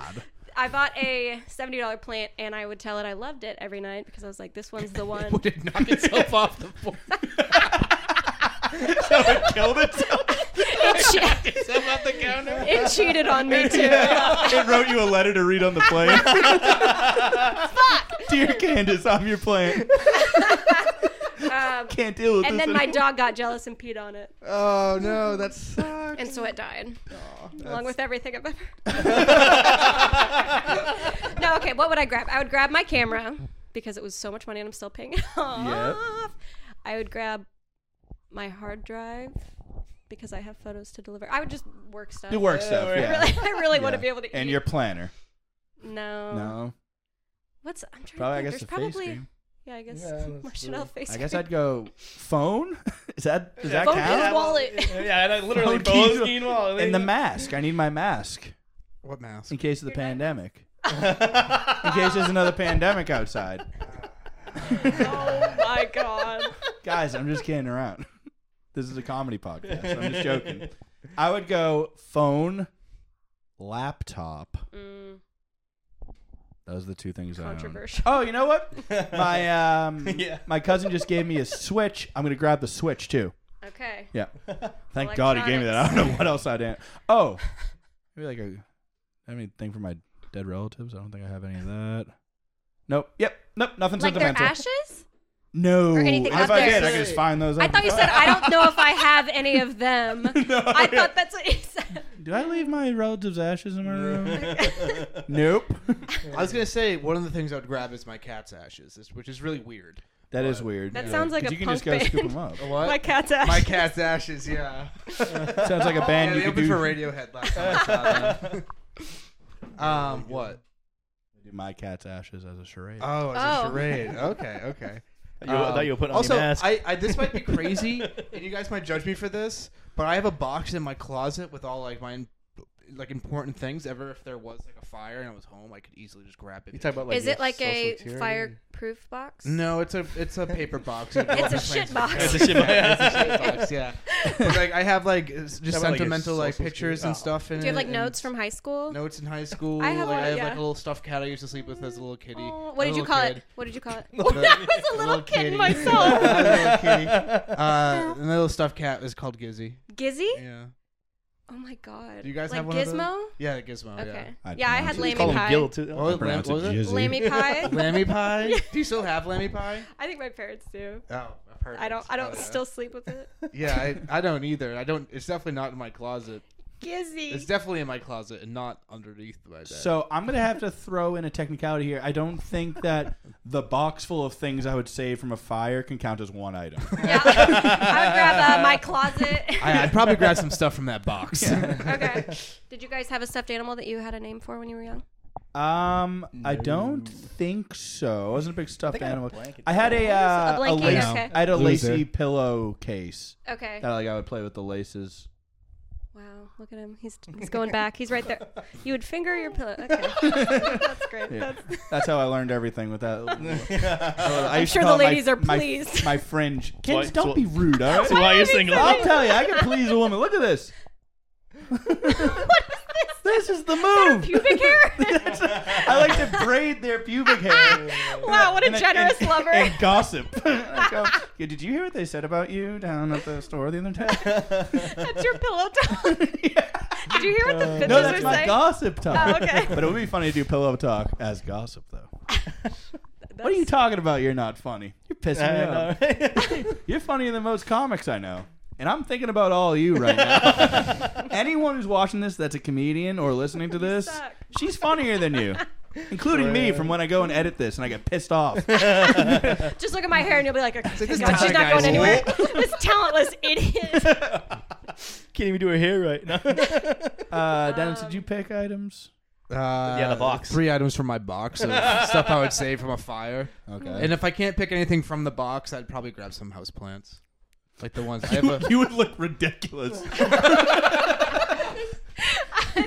D: I bought a seventy-dollar plant, and I would tell it I loved it every night because I was like, "This one's the one."
B: Would it knock itself off the floor?
E: Killed it.
D: it, che-
E: off the counter.
D: it cheated on me too.
C: it wrote you a letter to read on the plane. Dear Candace, I'm your plant.
D: Um,
C: Can't deal with
D: and
C: this.
D: then my
C: anymore.
D: dog got jealous and peed on it,
B: Oh no, that sucks.
D: and so it died, along with everything I've ever. no, okay. What would I grab? I would grab my camera because it was so much money, and I'm still paying it off. I would grab my hard drive because I have photos to deliver. I would just work stuff.
C: the work stuff.
E: Yeah,
C: Yeah.
D: Really, I really want to
C: Yeah.
D: be able to.
C: And
D: eat.
C: your planner.
D: No.
C: No,
D: What's I'm trying
C: probably I
D: Um, to
C: guess
D: think.
C: the
D: There's probably
C: face cream.
D: yeah, I guess
E: Yeah, that's
D: Marshall face.
C: I guess
D: cream.
C: I'd go phone. Is that does that
D: Phone
C: count?
D: is wallet.
E: Yeah, and I literally
C: Phone keys.
E: both keen wall.
C: And the mask. I need my mask
B: What mouse?
C: in case of the pandemic. in case there's another pandemic outside.
D: oh my god.
C: Guys, I'm just kidding around. This is a comedy podcast. I'm just joking. I would go phone, laptop.
D: Mm,
C: Those are the two things I own.
D: controversial.
C: Oh, you know what? My um,
E: Yeah.
C: my cousin just gave me a switch. I'm gonna grab the switch too.
D: Okay.
C: Yeah. Thank God he gave me that. I don't know what else I'd. Have. Oh, maybe like a. I mean, thing for my dead relatives. I don't think I have any of that. Nope. Yep. Nope. Nothing
D: Like their
C: sentimental.
D: ashes?
C: no.
D: or anything
C: And if
D: up
C: I
D: there?
C: did, I could just find those.
D: I
C: up.
D: thought you said I don't know if I have any of them. I thought that's what you said.
C: Did I leave my relatives' ashes in my room? nope.
B: I was gonna say one of the things I would grab is my cat's ashes, this- which is really weird.
C: That is weird.
D: That sounds like
C: 'Cause
D: a
C: you can
D: punk
C: just go scoop
D: band.
C: them up.
B: What?
D: My cat's ashes.
B: My cat's ashes. Yeah.
C: sounds like a
B: yeah,
C: band you
B: they opened
C: could do.
B: for Radiohead last time. I saw them. um, what?
C: Do my cat's ashes as a charade.
B: Oh, it's
D: Oh.
B: a charade. Okay, okay.
E: You- I thought you were putting on
B: also,
E: your mask.
B: I, I this might be crazy, and you guys might judge me for this, but I have a box in my closet with all like my im- like important things. Ever if there was like a fire and I was home, I could easily just grab it.
E: about
D: Is it like a fireproof box?
B: no, it's a it's a paper box.
D: It's a shit box.
E: It's a shit box.
B: it's a shit box. Yeah, but, like I have like s- just
E: How about, like, a
B: sentimental like,
E: social
B: pictures and
E: security?
B: stuff. In
D: Do you have
B: it
D: like
B: and
D: notes from high school?
B: notes in high school?
D: I have
B: like,
D: one,
B: I have
D: yeah.
B: like a little stuffed cat I used to sleep with as a little kitty.
D: Oh,
B: a
D: what did you
B: little
D: call
B: kid.
D: it? What did you call it? Oh, I was a little, kid
B: kitty.
D: myself.
B: Uh, I was a little kitty. Uh, and the little stuffed cat is called Gizzy.
D: Gizzy?
B: Yeah.
D: Oh my god.
B: Do you guys
D: like
B: have one of those? Oh,
D: Gizmo?
B: Yeah, Gizmo.
D: Okay.
C: I
D: Yeah, I
C: pronounce it-
D: had
E: We
D: lammy
E: call him
D: pie.
E: Gil too.
B: Oh, lam-
C: pronounce
B: what was
C: it
B: it?
C: jizzy.
D: Lammy pie.
B: Lammy pie. Do you still have lammy pie?
D: I think my parents do.
B: Oh, I've heard.
D: I don't.
B: it's-
D: I don't
B: yeah.
D: still sleep with it.
B: Yeah, I, I don't either. I don't. It's definitely not in my closet.
D: Gizzy.
B: It's definitely in my closet and not underneath my bed.
C: So I'm gonna have to throw in a technicality here. I don't think that the box full of things I would save from a fire can count as one item.
D: yeah. I would grab uh, my closet.
B: I, I'd probably grab some stuff from that box.
D: okay. Did you guys have a stuffed animal that you had a name for when you were young?
C: Um, I don't think so. I wasn't a big stuffed
E: I had a
C: animal.
E: blanket.
C: I had a uh,
D: A blanket,
C: lace-
D: okay.
C: I had a
F: Loser.
C: lacy pillow case
D: Okay.
C: that like I would play with the laces.
D: Wow. Look at him. He's he's going back. He's right there. You would finger your pillow. Okay. That's great.
C: Yeah.
D: That's,
C: That's how I learned everything with that.
D: I'm sure the ladies are pleased.
C: My, fringe. Kids,
E: Why-
C: don't
E: so-
C: be rude. All
E: So
C: right?
E: why are you single?
C: I'll tell you, I can please a woman. Look at this.
D: what is this?
C: This is the
D: Is that a
C: move.
D: pubic hair?
C: I like to braid their pubic hair.
D: Ah, wow. What a
C: And I-
D: generous
C: and-
D: lover.
C: And gossip. I go, "Yeah, did you hear what they said about you down at the store the other day?
D: that's your pillow talk. Did you hear what the bitches
C: Uh, no,
D: were
C: that's my
D: saying?
C: gossip talk.
D: Oh, okay.
C: But it would be funny to do pillow talk as gossip, though. What are
D: That's-
C: you talking about? You're not funny. You're pissing me off.
E: I know.
C: You're funnier than most comics I know. And I'm thinking about all you right now. Anyone who's watching this that's a comedian or listening to this,
D: suck.
C: she's funnier than you. Including me from when I go and edit this and I get pissed off. Uh,
D: Just look at my hair and you'll be like, okay,
B: this
D: God, she's
B: talent
D: not going
B: guy's
D: anywhere. this talentless idiot.
E: Can't even do her hair right now.
C: Uh, Dennis, did
D: Um,
C: you pick items?
B: Uh,
E: Yeah, the box.
B: Three items from my box of stuff I would save from a fire.
C: Okay.
B: And if I can't pick anything from the box, I'd probably grab some house plants, like the ones I have. A,
C: you would look ridiculous
D: I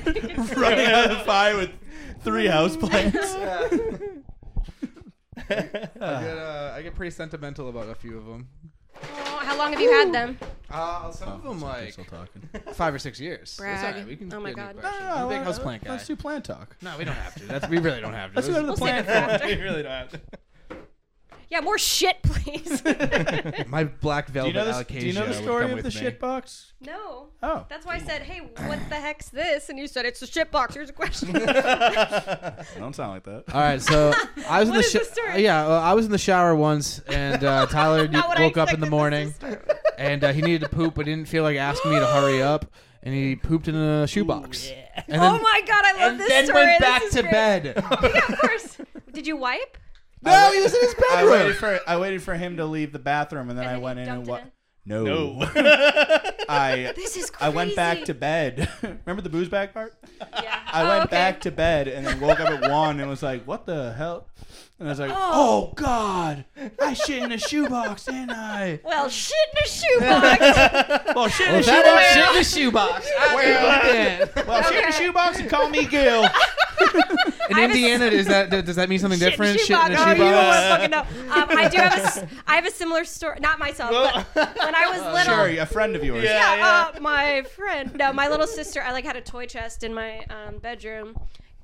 D: think it's-
C: running out of fire with three houseplants.
B: I, get, uh, I get pretty sentimental about a few of them.
D: Oh, how long have you had them?
B: Uh,
C: Oh,
B: some of them like
C: talking.
B: five or six years. That's all
D: Brag.
B: right. We can
D: Oh my
B: get
D: God.
B: New questions. I'm a big house plant guy.
C: uh, Let's do plant talk.
B: No, we don't have to. That's, we really don't have to.
C: Let's go to the
D: We'll save it
C: plant
D: for
C: talk.
E: we
D: after.
E: really don't have to.
D: Yeah, more shit, please.
B: my black
C: Do you
B: velvet
C: know, this,
B: allocation.
C: do you know the story of the shit box?
D: no.
C: Oh.
D: That's why I said, hey, what the heck's this? And you said, it's the shit box. Here's a question.
C: Don't sound like that.
B: All right, so I was in
D: What
B: the
D: is the
B: shower.
D: story?
B: yeah, well, I was in the shower once, and uh, Tyler
D: Not what I
B: woke up in
D: expected
B: the
D: this
B: morning,
D: to start.
B: and uh, he needed to poop, but didn't feel like asking me to hurry up, and he pooped in a shoebox. And
D: oh my God, I love
B: and
D: this
B: then
D: story.
B: went
D: This
B: back
D: is
B: to
D: great.
B: bed.
D: Yeah, of course. Did you wipe?
B: no, he was in his
C: I waited
B: bedroom.
C: for I waited for him to leave the bathroom and then
D: And
C: I
D: then
C: went
D: you
C: in and
D: dumped it
C: what?
D: in?
C: No.
E: No.
C: I
D: This is
C: I
D: crazy.
C: went back to bed. Remember the booze bag part?
D: Yeah.
C: I
D: Oh,
C: went
D: okay.
C: back to bed and then woke up at one and was like, "What the hell?" And I was like, "Oh,
D: Oh.
C: God, I shit in a shoebox, didn't I?"
D: Well, shit in a shoebox.
C: Well, shit in
B: Well, that
C: a shoebox.
B: ain't shit in the shoebox. I pooped in.
C: Well, shit in a
D: Okay.
C: shoebox and call me Gil.
B: In
D: I have a-
B: Indiana, is that does that mean something
D: Shit in a
B: different?
D: shoebox. Oh,
B: Shit in
D: you
B: a
D: don't
B: shoebox.
D: want to fucking know. Um, I do have a, s- I have a similar story. Not myself, but when I was little.
C: Sherry, a friend of yours.
E: Yeah.
D: yeah, Uh, my friend. No, my little sister. I like had a toy chest in my um, bedroom,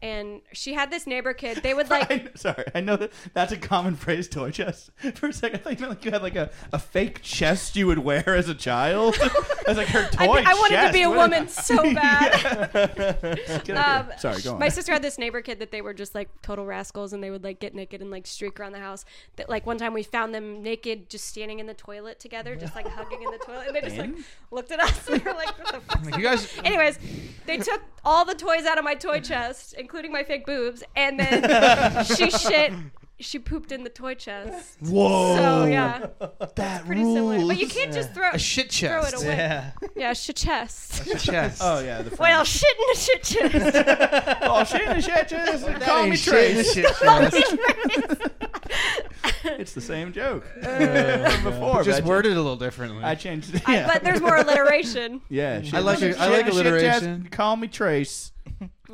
D: and she had this neighbor kid. They would like.
C: I, sorry, I know that that's a common phrase, toy chest. For a second, I thought you meant like you had like a, a fake chest you would wear as a child. As like her
D: I,
C: toy
D: I wanted to
C: chest.
D: be a
C: What
D: woman so bad.
C: Get out of here.
D: Um,
C: sorry, go on.
D: My sister had this neighbor kid that they were just like total rascals, and they would like get naked and like streak around the house. That like one time we found them naked, just standing in the toilet together, just like hugging in the toilet, and they just like looked at us. We were like, "What the fuck?"
B: You guys,
D: Anyways, they took all the toys out of my toy chest, including my fake boobs, and then she shit. She pooped in the toy chest.
C: Whoa,
D: So yeah,
C: Oh. that
D: pretty similar. But you can't just throw
B: a shit
D: throw it
B: chest.
D: away.
E: Yeah.
D: Yeah, shit chest.
B: Chest.
C: Oh yeah, the
D: Well, shit in a shit chest.
C: oh shit in a shit chest.
B: That
C: Call
B: ain't
C: me
B: shit in the
C: Trace.
B: shit chest.
C: It's the same joke
B: Uh,
C: from before.
B: Just
C: but I-
B: worded a little differently.
C: I changed. it.
D: I-
C: Yeah.
D: but there's more alliteration.
C: yeah, shit
B: I like
C: in a-
B: a- I
C: shit
B: like
C: in a shit chest.
B: alliteration.
C: Call me Trace.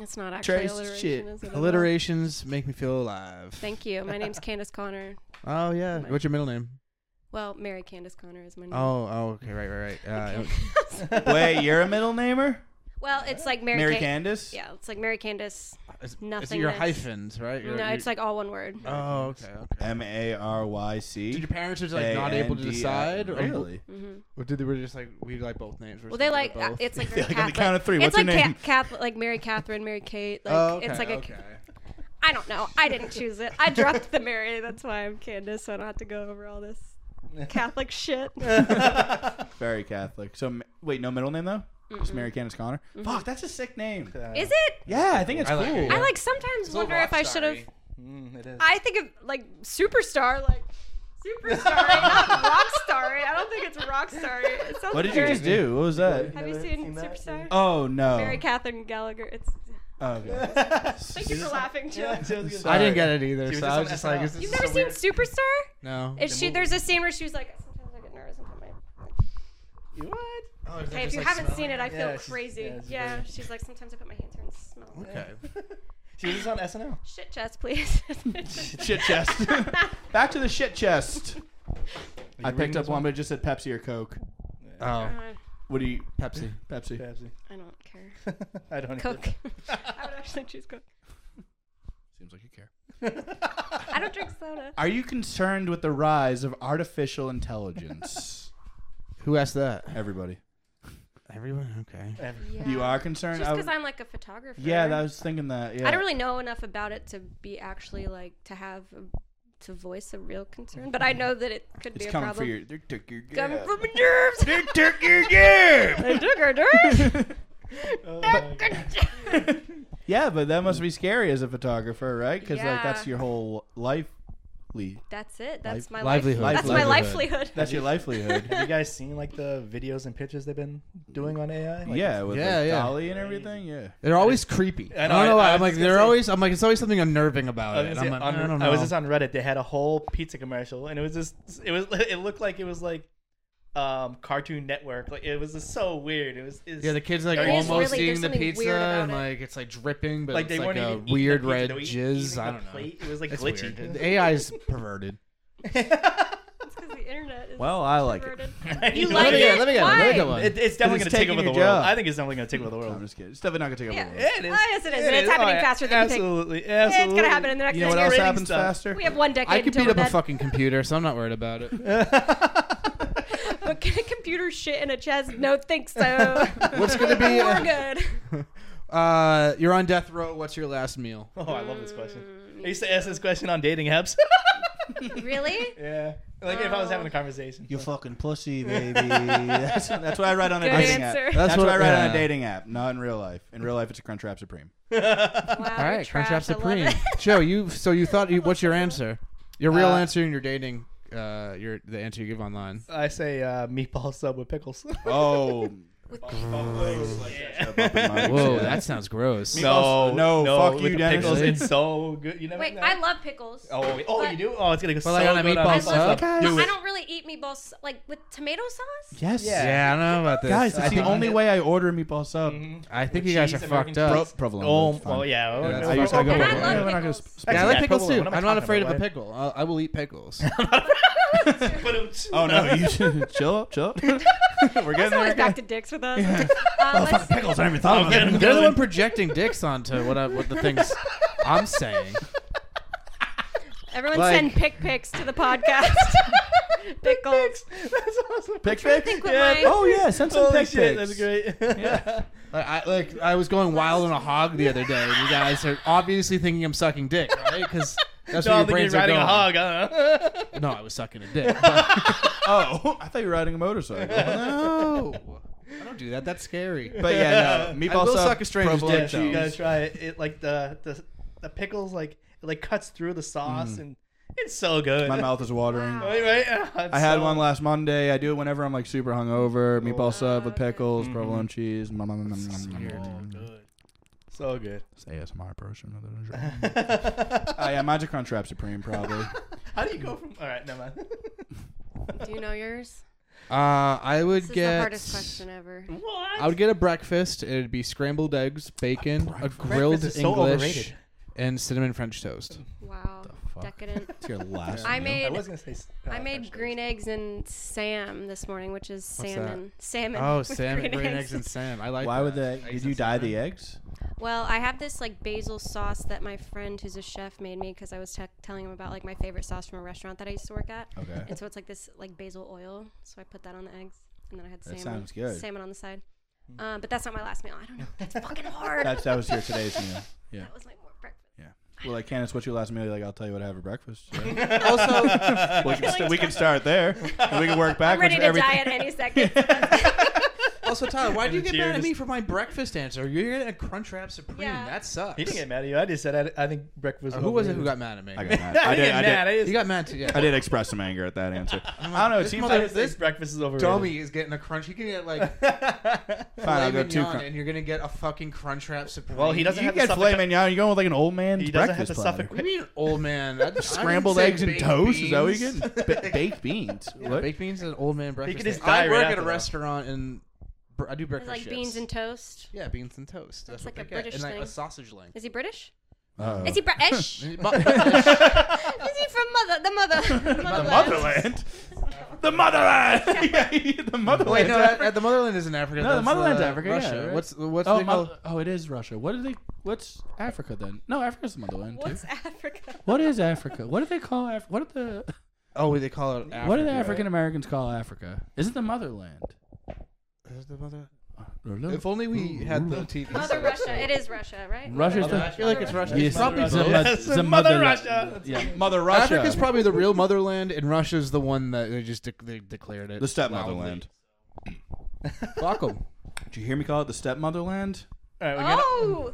D: It's not actually
C: Trace
D: alliteration.
C: shit.
D: Is it at all?
B: Alliterations make me feel alive.
D: Thank you. My name's Candace Connor.
B: Oh yeah. What's your middle name?
D: Well, Mary Candace Connor is my name.
B: Oh, oh, okay, right, right, right. Uh,
C: Wait, you're a middle namer?
D: Well, it's like Mary,
C: Mary
D: Ca-
C: Candace?
D: Yeah, it's like Mary Candace.
B: It's, it's
D: Nothingness.
B: your hyphens, right? Your-
D: no,
B: your-
D: it's like all one word.
B: Oh, okay. okay.
C: M A R Y C.
B: Did your parents were just like not able to
C: A N D I-
B: decide? Or,
C: Really?
D: hmm
B: Or did they were just like we like both names? we're
D: Well,
B: just
D: they
B: gonna
D: like
B: do
D: uh,
B: both?
D: it's like
C: They
D: very
C: like on the
D: Catholic.
C: count of three, what's
D: it's
C: your
D: like
C: name?
D: Catholic, like Mary Catherine, Mary Kate. Like
B: oh, okay,
D: it's like a
B: okay.
D: I don't know. I didn't choose it. I dropped the Mary. That's why I'm Candace. So I don't have to go over all this Catholic shit.
C: Very Catholic. So m- wait, no middle name though. Just Mary Candace Connor. Fuck, that's a sick name.
D: Is it?
C: Yeah, I think it's
B: I
C: cool.
B: like it,
D: I like sometimes
B: a little
D: wonder if I should have.
B: rock-starry.
E: Mm, it is.
D: I think of like superstar, like superstar, not rock star. I don't think it's rock star. It sounds
C: What did you
D: very-
C: just do? What was that?
D: Have you
E: Never
D: seen,
E: seen that?
D: Superstar?
C: Oh no.
D: Mary Catherine Gallagher. It's.
C: oh, okay.
D: Thank you for laughing, Joe.
B: I didn't
C: Sorry.
B: get it either,
E: She was
B: so
E: just
B: I was
E: on
B: just
E: SNL.
B: like, is this
D: You've
B: so
D: never seen
B: weird?
D: Superstar?
B: No.
D: Is she? There's a scene where she was like, sometimes I get nervous. Sometimes I.
E: What?
B: Oh,
D: Hey, if you haven't seen it, I feel
E: Yeah, she's-
D: crazy.
E: yeah,
D: Yeah,
E: it's very-
D: she's like, sometimes I put my hands here and smell.
B: Okay.
E: She was just on SNL.
D: Shit chest, please. Uh,
C: shit chest. Back to the shit chest. I picked
E: reading
C: up
E: this
C: one, but it just said Pepsi or Coke.
B: Oh,
D: Uh,
C: What do you?
B: Pepsi.
C: Pepsi.
E: Pepsi.
D: I don't care.
E: I don't.
D: Cook. I would actually choose Coke.
C: Seems like you care.
D: I don't drink soda.
C: Are you concerned with the rise of artificial intelligence?
B: Who asked that?
C: Everybody.
B: Everyone. Okay.
E: Either.
D: Yeah.
C: You are concerned.
D: Just
C: I
D: because
C: would-
D: I'm like a photographer.
C: yeah, that- I was thinking that. Yeah.
D: I don't really know enough about it to be actually like to have a, to voice a real concern, but I know that it could
C: It's
D: be a
C: coming
D: problem.
C: for your. They took your gab.
D: Coming from my nerves.
C: They took your gab.
D: I took her nerves.
C: Oh yeah, but that must be scary as a photographer, right? Because like that's
D: Yeah.
C: your whole life. Lee.
D: That's it. That's my
B: Livelihood.
D: life- That's my
C: Livelihood.
D: livelihood.
C: That's your livelihood.
E: Have you guys seen like the videos and pictures they've been doing on AI? Like,
C: yeah, with
B: Yeah,
C: like,
B: yeah.
C: Dolly and everything. Yeah.
B: They're always creepy. I,
E: I know,
B: don't know
E: I-
B: why.
E: I was
B: I'm like
E: just gonna
B: they're
E: say-
B: always. I'm like it's always something unnerving
E: I
B: about
E: was,
B: it.
E: gonna
B: I'm
E: say,
B: like,
E: on-
B: I don't know.
E: I was just on Reddit. They had a whole pizza commercial, and it was just it was it looked like it was like um Cartoon Network. Like it was just so weird. It was it's,
B: yeah, the kids like
D: There is
B: almost
D: really- there's
B: eating the
D: something
B: pizza
D: weird about
B: and
D: it.
B: like it's like dripping, but
E: like
B: it's
E: they
B: like
E: weren't
B: a
E: even eating
B: weird
E: the pizza.
B: red
E: They were eating
B: jizz.
E: the
B: I don't know.
E: plate. It was like
B: It's
E: glitchy.
B: weird. The AI is perverted.
D: Because the internet is
C: Well, I like it.
D: perverted.
E: You
B: let me
D: like it?
B: get, let me get, let me
D: Why?
B: get one.
E: It, it's definitely
C: it's
E: going to take
C: taking
E: over the
C: your
E: world.
C: job.
E: I think it's definitely going to take over the
C: No, I'm
E: world.
C: just kidding. It's definitely not gonna take
D: Yeah.
C: over the world.
E: it is.
D: Oh, yes, it is. It's happening faster than you think.
E: absolutely, you Absolutely.
D: It's gonna happen in the next.
C: You know what
D: ten
C: else
D: years.
E: rating
C: happens
E: stuff.
C: faster?
D: We have one decade.
B: I could
D: until
B: beat
D: we're
B: up a
D: dead.
B: fucking computer, so I'm not worried about it.
D: But can a computer shit in a chest? No, think so.
B: What's gonna be?
D: We're good.
B: Uh, you're on death row. What's your last meal?
E: Oh, I love this question. I used to ask this question on dating apps.
D: Really?
E: yeah. Like if I was having a conversation.
C: You fucking pussy, baby. that's, that's what I write on a
D: Good
C: dating
D: answer.
C: app.
D: That's
C: That's, what, I write on
B: yeah.
C: a dating app, not in real life. In real life, it's a Crunchwrap Supreme.
D: Wow, All
B: All
D: right,
B: right,
D: Uh, trash.
B: Crunchwrap
D: I
B: Supreme.
D: love it.
B: Joe, you. So you thought? You, what's your answer? Your real
E: Uh,
B: answer and your dating. Uh, your the answer you give online.
E: I say uh, meatball sub with pickles.
C: Oh.
B: Whoa, that sounds gross.
C: No, no, fuck
E: with
C: you,
E: the
C: Dennis.
E: pickles.
B: Really?
E: It's so good. You never
D: Wait,
E: know.
D: I love pickles.
E: Oh, wait. oh,
D: But-
E: you do? Oh, it's gonna go so
B: But, like, on a
E: good
B: meatball
D: I
E: meatball
B: sub?
E: sub.
D: love pickles.
C: Do
D: I
C: it.
D: don't really eat meatballs s- like with tomato sauce.
C: Yes.
E: Yeah.
B: Yeah, I don't know about this.
C: Guys,
B: I
C: it's the
B: think,
C: only way I order a meatball sub.
D: Mm-hmm.
B: I think
E: With
B: you guys are
E: Mm-hmm. cheese, American
B: fucked up.
E: cheese.
C: Provolone.
E: Oh,
C: it's fine.
E: well, yeah.
B: Yeah,
C: I
E: Oh,
C: use- I go
E: oh,
D: And
C: with
D: I
C: it.
D: love
C: Yeah, we're not gonna
D: pickles.
C: sp-
B: Yeah, I
E: Yeah,
B: like pickles
E: provolone.
B: too.
E: What am I
B: I'm not
E: talking
B: afraid of
E: about?
B: a pickle. I'll, I will eat pickles.
C: Oh no, you should chill up, chill up. We're
D: That's
C: getting
D: always
C: there. Oh,
D: back to dicks with us. Uh, let's-
C: pickles, I never thought
E: Okay.
C: of it.
B: They're the one projecting dicks onto what I, what the things I'm saying.
D: everyone
B: Like-
D: send pick pics to the podcast. pickles.
E: That's awesome.
C: Pick pics?
D: think what
E: Yeah.
D: my-
C: Oh yeah, send some
E: Holy
C: pick
E: shit, that's
C: pics.
E: great.
B: Like I, like I was going wild on a hog the other day, and you guys are obviously thinking I'm sucking dick, right? Because that's
E: no,
B: where your
E: I'm thinking
B: brains
E: you're
B: are
E: riding a
B: going.
E: hog. I don't know.
B: No, I was sucking a dick. but-
C: Oh, I thought you were riding a motorcycle.
B: no, I don't do that. That's scary.
C: But yeah, no.
B: I
C: Meatball
B: will
C: sub,
B: suck a stranger's
C: provolone
B: dick, though.
E: you
C: cheese.
E: gotta try it. it like the, the the pickles like it, like cuts through the sauce
B: Mm-hmm.
E: and it's so good.
C: My mouth is watering.
D: Wow.
E: Right, right? Ah, it's
C: I had
E: so-
C: one last Monday. I do it whenever I'm like super hungover. Meatball sub with
D: okay.
C: pickles, provolone cheese. Nom, nom, nom, nom, nom, nom,
E: So
B: Mm-hmm.
C: nom.
E: good. So good.
C: It's ASMR person. other than drinking. Oh yeah, mine's a Crunchwrap Supreme probably.
E: How do you go from? All right, never mind.
D: Do you know yours?
B: Uh, I would
D: This is
B: get
D: the hardest question ever.
E: what?
B: I would get a breakfast. It'd be scrambled eggs, bacon, a,
C: breakfast.
B: grilled
E: Breakfast is so
B: English,
E: overrated.
B: and cinnamon French toast.
D: Wow,
C: fuck?
D: decadent.
C: It's your last.
D: I
C: meal.
E: I
D: made
E: was gonna say. s- uh,
D: I made
E: French
D: green eggs and Sam this morning, which is
B: What's
D: salmon. Salmon.
B: Oh,
D: with
B: salmon, green, eggs. and salmon. I like.
C: Why
B: that.
C: would they? Did you dye the eggs?
D: Well, I have this like basil sauce that my friend who's a chef made me because I was te- telling him about like my favorite sauce from a restaurant that I used to work at.
C: Okay.
D: And so it's like this like basil oil. So I put that on the eggs, and then I had
C: That
D: salmon.
C: sounds good.
D: Salmon on the side. Um, but that's not my last meal. I don't know. That's fucking hard.
C: That's that was your today's meal. Yeah.
D: that was my more breakfast.
C: Yeah. Well, like Candace, what's your last meal? You're Like, I'll tell you what I have for breakfast. Right?
B: Also,
C: we, can st- we can start there. And we can work
D: I'm
C: backwards.
D: ready
C: with
D: to
C: everything.
D: die at any second.
B: also Tyler, why do you
E: And
B: get mad at
E: cheers.
B: me for my breakfast answer? You're getting a Crunchwrap Supreme.
D: Yeah.
B: That sucks.
E: He didn't get mad at you. I just said I, I think breakfast.
B: Or Uh, who was it who got mad at me?
C: I got mad.
E: I,
C: I did.
E: didn't get mad.
C: I did.
E: I just,
B: You got mad too. Yeah.
C: I did express some anger at that answer. I don't know. It
B: This
C: seems
B: mother-
C: like
E: I
B: this
E: think breakfast is overrated.
B: Dummy is getting a crunch. He can get like
C: fine. I'll
B: filet
C: go two.
B: mignon,
C: Crunch.
B: and you're gonna get a fucking Crunchwrap Supreme.
E: Well, he doesn't
C: You
E: have the
C: get filet
E: suffoc-
C: mignon. You're going with like an old man
E: He doesn't have
C: breakfast
E: to
C: platter.
B: What do you mean, old man? I- I didn't
C: Scrambled
B: say
C: eggs and
B: baked
C: toast. Is that what you're
B: beans.
C: getting? Ba- baked beans. What?
B: Baked beans is an old man breakfast.
E: could just
B: thing. I
E: die right
B: work
E: after
B: at a
E: that.
B: restaurant and br- I do
D: It's
B: breakfast.
D: like
B: shifts.
D: beans and toast.
B: yeah, beans and toast. That's,
D: That's
B: what
D: like
B: they get.
D: a British
B: and like
D: thing.
B: a sausage link.
D: Is he British?
C: Uh-oh.
D: Is he British? is he from mother? The mother. The
C: motherland. The motherland. Yeah, the motherland.
B: Wait, no, that, that- the motherland isn't Africa.
C: No, the
B: that's,
C: motherland's
B: uh,
C: Africa, yeah,
B: Russia.
C: right?
B: What's what's
C: oh,
B: they
C: mo-
B: call?
C: oh, it is Russia. What do they? What's Africa then? No, Africa's the motherland too.
D: What's Africa?
C: What is Africa? What do they call Africa? What do the
B: Oh, they call it. Africa.
C: what do the African Americans call Africa? Is it the motherland?
B: Is the mother- If only we had the TV.
D: Mother Russia. It is Russia, right?
C: Russia's
B: I
C: the
B: feel like it's Russia.
C: Yes,
B: It's probably
C: Mother
B: both.
C: Russia.
E: Yes,
C: The
E: Mother
C: motherland.
E: Russia.
C: yeah, Mother Russia.
B: Africa's probably the real motherland, and Russia's the one that they just de- they declared it.
C: the stepmotherland.
B: Fuck 'em.
C: Did you hear me call it the stepmotherland?
E: All right, we gotta-
D: Oh,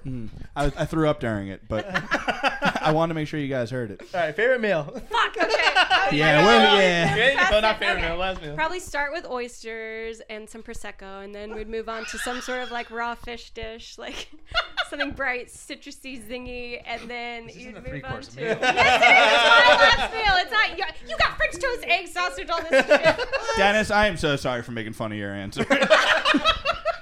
C: I, I threw up during it, but I wanted to make sure you guys heard it.
E: all right, favorite meal.
D: fuck. Okay. I was
C: Yeah,
D: like,
C: well,
D: oh,
C: yeah.
D: this is
E: Yeah, no, not
D: fascinating.
E: favorite
D: Okay.
E: meal. Last meal.
D: Probably start with oysters and some prosecco, and then we'd move on to some sort of like raw fish dish, like something bright, citrusy, zingy, and then
B: isn't
D: you'd
B: a
D: move on
B: three-course
D: to.
B: meal.
D: Yes, it is. It's my last meal. It's not. You you got French toast, egg, sausage, all this shit.
C: Dennis, I am so sorry for making fun of your answer.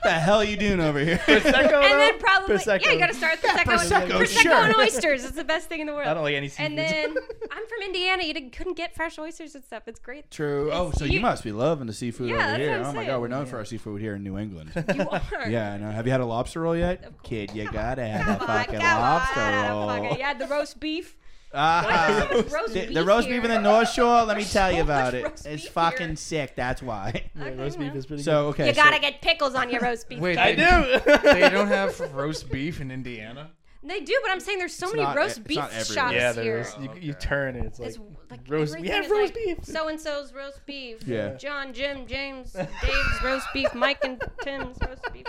C: the hell you doing over here?
E: Prosecco,
D: and
E: though?
D: then probably
E: Prosecco.
D: yeah, you gotta start with prosecco, and,
C: Prosecco,
D: prosecco
C: sure.
D: and oysters. It's the best thing in the world.
E: I don't like any seafood.
D: and then I'm from Indiana. You didn't, couldn't get fresh oysters and stuff. It's great.
C: True. Oh, so you
D: you-
C: must be loving the seafood
D: Yeah,
C: over
D: that's
C: here.
D: what I'm
C: oh my god,
D: saying.
C: we're known for our seafood here in New England.
D: You are.
C: yeah, I know. Have you had a lobster roll yet?
D: course.
C: Kid, you gotta have a
D: Come on,
C: fucking
D: come
C: lobster
D: on.
C: roll.
D: Fucking- You had the roast beef.
C: Ah,
D: Why is there so much roast
C: the, the
D: beef
C: roast beef in
D: here?
C: the North Shore. Let me
D: There's
C: tell
D: so
C: you about
D: much
C: it.
D: roast
C: It's
D: beef
C: fucking
D: here.
C: sick. That's why.
E: Yeah,
D: Okay,
E: roast beef
D: well.
E: is pretty
C: So okay,
D: You
C: so-
D: gotta get pickles on your roast beef.
B: Wait,
E: good. I do.
B: They don't have roast beef in Indiana.
D: They do, but I'm saying there's so
C: It's
D: many
C: not-
D: roast
C: it's
D: beef
C: not everywhere.
D: shops
E: yeah,
D: here.
E: there's you, you turn and it's like,
D: It's like
E: roast. We have roast beef.
D: So and so's roast beef.
C: Yeah.
D: John, Jim, James, Dave's roast beef. Mike and Tim's roast beef.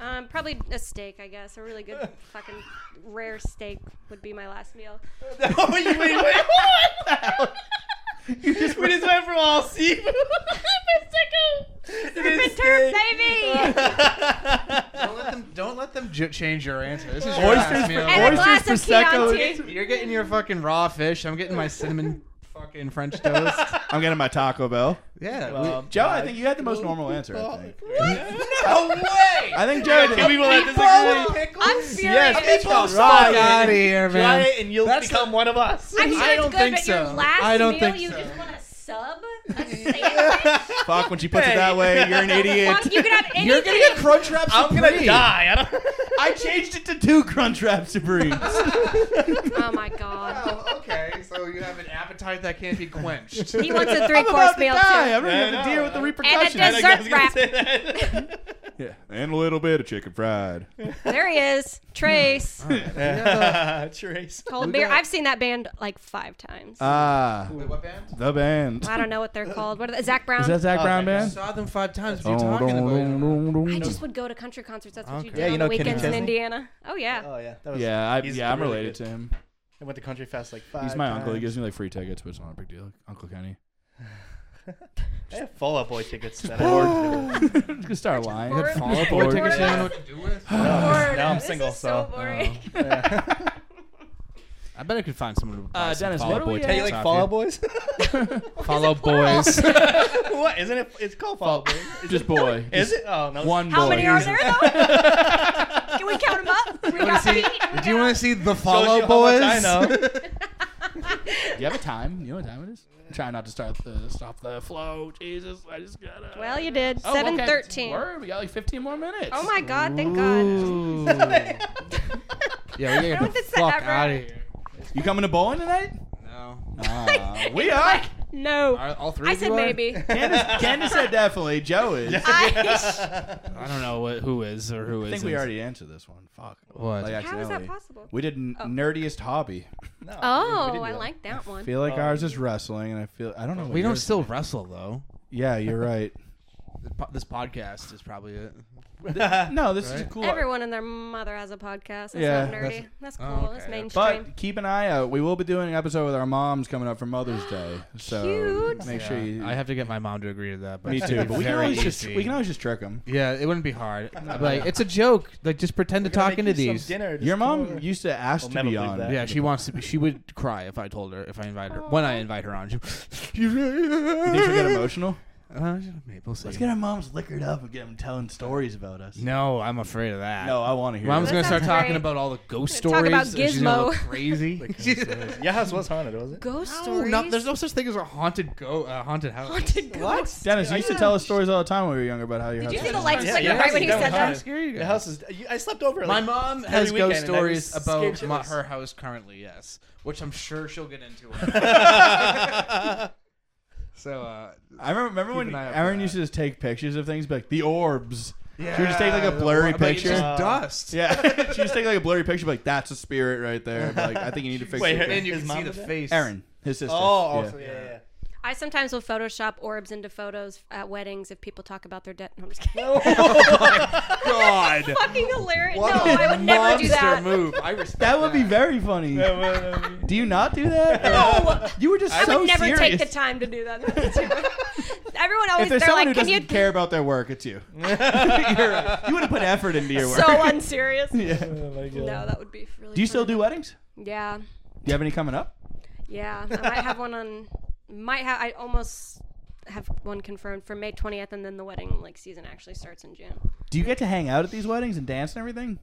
D: Um, probably a steak, I guess. A really good fucking rare steak would be my last meal.
E: oh, wait, wait, wait, what? You just we just went from all seafood.
D: Serpent turf, baby!
B: Don't let them. Don't let them j- change your answer. This is your
C: oysters,
B: last meal.
D: And a glass
C: oysters,
D: of
C: prosecco.
D: Chianti.
B: You're getting your fucking raw fish. I'm getting my cinnamon fucking French toast.
C: I'm getting my Taco Bell.
B: Yeah.
E: Um,
C: Joe, I think you had the most normal answer. I think.
B: no way.
C: I think Joe.
E: Can we
C: Did.
E: let this agree?
D: I'm
B: pickles.
D: furious.
E: Yes,
B: People,
E: pickles.
B: fuck
E: Right.
B: out of here,
E: Try
B: man.
E: it and you'll
B: That's
E: become one of us.
D: I'm sure
B: I don't
D: it's good,
B: think
D: but your
B: so.
D: last
B: I don't
D: meal,
B: think
D: you
B: so.
D: just want a sub? A sandwich?
C: Fuck when she puts it
E: Hey.
C: that way. You're an idiot.
D: Fuck, you could have anything.
B: You're gonna get Crunchwrap
E: I'm
B: Supreme.
E: gonna die. I don't.
C: I changed it to two Crunchwrap Supremes.
D: oh my god.
B: Oh, okay. So you have an appetite that can't be quenched.
D: He wants a three
C: I'm
D: course
C: about to
D: meal
C: die. I'm
D: too.
E: Yeah, I
C: gonna have to
E: know,
C: deal with the
E: right?
C: repercussions.
D: And a
E: I was
D: Dessert
E: gonna
D: wrap.
E: say that.
C: Yeah, and a little bit of chicken fried.
D: There he is. Trace.
E: Trace.
D: Cold beer. I've seen that band like five times.
B: Uh,
C: Ah,
B: Wait, what band?
C: the band.
D: I don't know what they're called. What are they? Zach Brown.
C: Is that Zach
E: Oh,
C: Brown
E: okay.
B: I
C: band?
B: saw them five times. What are you talking about?
D: I
C: Yeah,
D: just would go to country concerts. That's what
B: Okay.
D: you did
E: Yeah, you
D: on
E: know
D: the
E: Kenny
D: weekends in
E: Chesney?
D: Indiana. Oh yeah.
E: Oh yeah, that was,
C: I,
E: He's
C: yeah, I'm
E: really
C: related
E: good.
C: to him.
E: I went to Country Fest like five.
C: He's my uncle. He
E: times.
C: gives me like free tickets, but it's not a big deal. Uncle Kenny.
E: I have Fall Out Boy tickets. That I ordered.
C: I'm just gonna start lying.
D: bored.
B: Fall Out Boy
C: Bored.
B: tickets. you
D: Bored.
B: don't know what to do with?
D: Bored.
E: Uh, now I'm
D: This
E: single,
D: is so
E: so, uh,
D: boring.
B: I bet I could find someone to buy
C: Uh,
B: some
C: Dennis,
B: Fall
C: what
B: Out
C: are
B: Boy
C: we at?
E: Hey, you like
B: tickets off
E: Fall
B: you.
E: Out Boys?
B: Fall Out Boys.
E: what? Isn't it? It's called Fall Out Boys.
C: Just boy.
E: Is it? Oh no.
C: One boy.
D: How many are there though? Can we count them up? We got
B: see-
D: Pete. we
B: Do you
D: got-
B: want to see the
E: Shows
B: Fall Out
E: you how much
B: Boys?
E: I know.
C: Do you have a time? You know what time it is? Try not to start the stop the flow. Jesus, I just gotta.
D: Well, you did.
C: Oh, okay.
D: 7:13.
C: Word, we got like 15 more minutes.
D: Oh my god, thank god.
B: Ooh. yeah, we gotta
D: I
B: get
D: don't
B: the
D: think that
B: fuck
D: ever-
B: out of here.
C: You coming to bowling tonight?
B: No.
C: Ah, we are.
D: No.
B: Are all three
D: I
B: of
D: said
B: you are?
D: maybe.
C: Candace, Candace said definitely. Joe is. I
D: I,
B: I don't know what, who is or who is.
C: think we already answered this one. Fuck.
B: What?
C: Like,
D: how is that
C: accidentally.
D: possible?
C: We did n- nerdiest hobby.
E: No, we
D: Oh,
E: didn't do
D: I
E: that.
D: like that
C: I
D: one.
C: feel like
E: Oh.
C: ours is wrestling, and I feel I don't know. what
B: Oh, We don't
C: yours-
B: still wrestle though.
C: Yeah, you're right.
B: This po- This podcast is probably it.
C: No, this is
B: Right?
C: cool.
D: Everyone and their mother has a podcast. That's
C: Yeah,
D: not nerdy. That's, cool.
B: oh,
D: That's
B: okay.
D: mainstream.
C: But keep an eye out. We will be doing an episode with our moms coming up for Mother's Day. So
D: Cute.
C: make sure you.
B: I have to get my mom to agree to that. But
C: me
B: it's
C: too.
B: gonna be
C: But we can
B: very
C: always just
B: easy.
C: we can always just trick them.
B: Yeah, it wouldn't be hard. like it's a joke. Like just pretend to
E: We're gonna
B: talk
E: make
B: into
E: you some
B: these.
E: Dinner, just
C: Your
E: come
C: mom
E: over.
C: used to ask
E: We'll
C: to be
E: never believe
C: on.
E: that.
B: Yeah, she wants to be. She would cry if I told her. If I invite her, when I invite her on, she.
C: You think she'll get emotional?
B: Uh, maybe we'll see.
C: our moms liquored up and get them telling stories about us.
B: No, I'm afraid of that.
C: No, I want to hear.
B: Mom's
C: that.
B: gonna
D: That
B: start
D: sounds
B: talking
D: great.
B: about all the ghost
D: Talk
B: stories.
D: about
B: and she's gonna
D: Gizmo.
B: look crazy.
E: Your house was haunted, was it?
D: Ghost
B: no,
D: stories.
B: no, there's no such thing as a haunted go uh, haunted house.
D: haunted ghosts.
C: Dennis, you used to tell us stories all the time when we were younger about how your
D: Did you
C: husband-
D: see the lights
E: Yeah,
D: flicker
E: yeah,
D: right when he
E: yeah,
D: said
E: yeah.
D: that?
B: Scary.
E: The house is. you- I slept over.
B: My
E: like,
B: mom
E: every
B: has
E: weekend,
B: ghost
E: and I was
B: stories
E: scared
B: about my,
E: shitless.
B: her house currently, yes, which I'm sure she'll get into. so, uh,
C: I remember, remember when
B: an eye out for
C: Aaron
B: that.
C: used to just take pictures of things, be like the orbs. she would just take like a
B: Yeah,
C: blurry
B: but it's
C: picture.
B: just dust.
C: yeah, she just take like a blurry picture, be like that's a spirit right there. But, like I think you need to fix
E: Wait,
C: it.
E: her-
B: and you
E: His
B: can see
E: mom
B: the
E: did that?
B: face.
C: Aaron, his sister.
E: Oh, also, yeah, yeah.
D: I sometimes will Photoshop orbs into photos at weddings if people talk about their debt. No, I'm just kidding.
B: God,
D: Fucking hilarious. no, I would never do that.
B: move. I respect
C: That would be very funny.
E: Yeah, well, I mean,
C: Do you not do that?
D: No.
C: You were just
D: I
C: so
D: would never
C: serious.
D: take the time to do that. Everyone
C: If
D: always
C: there's
D: they're
C: someone
D: like,
C: who
D: "Can
C: doesn't
D: you?"
C: care about their work, it's you. You're right. You would have put effort into your work.
D: So unserious.
C: Yeah.
E: oh my God.
D: No, that would be really.
C: Do you still do weddings?
D: Yeah,
C: Do you have any coming up?
D: yeah. I might have one on. Might have. I almost have one confirmed for May 20th, and then the wedding like season actually starts in June.
C: Do you get to hang out at these weddings and dance and everything?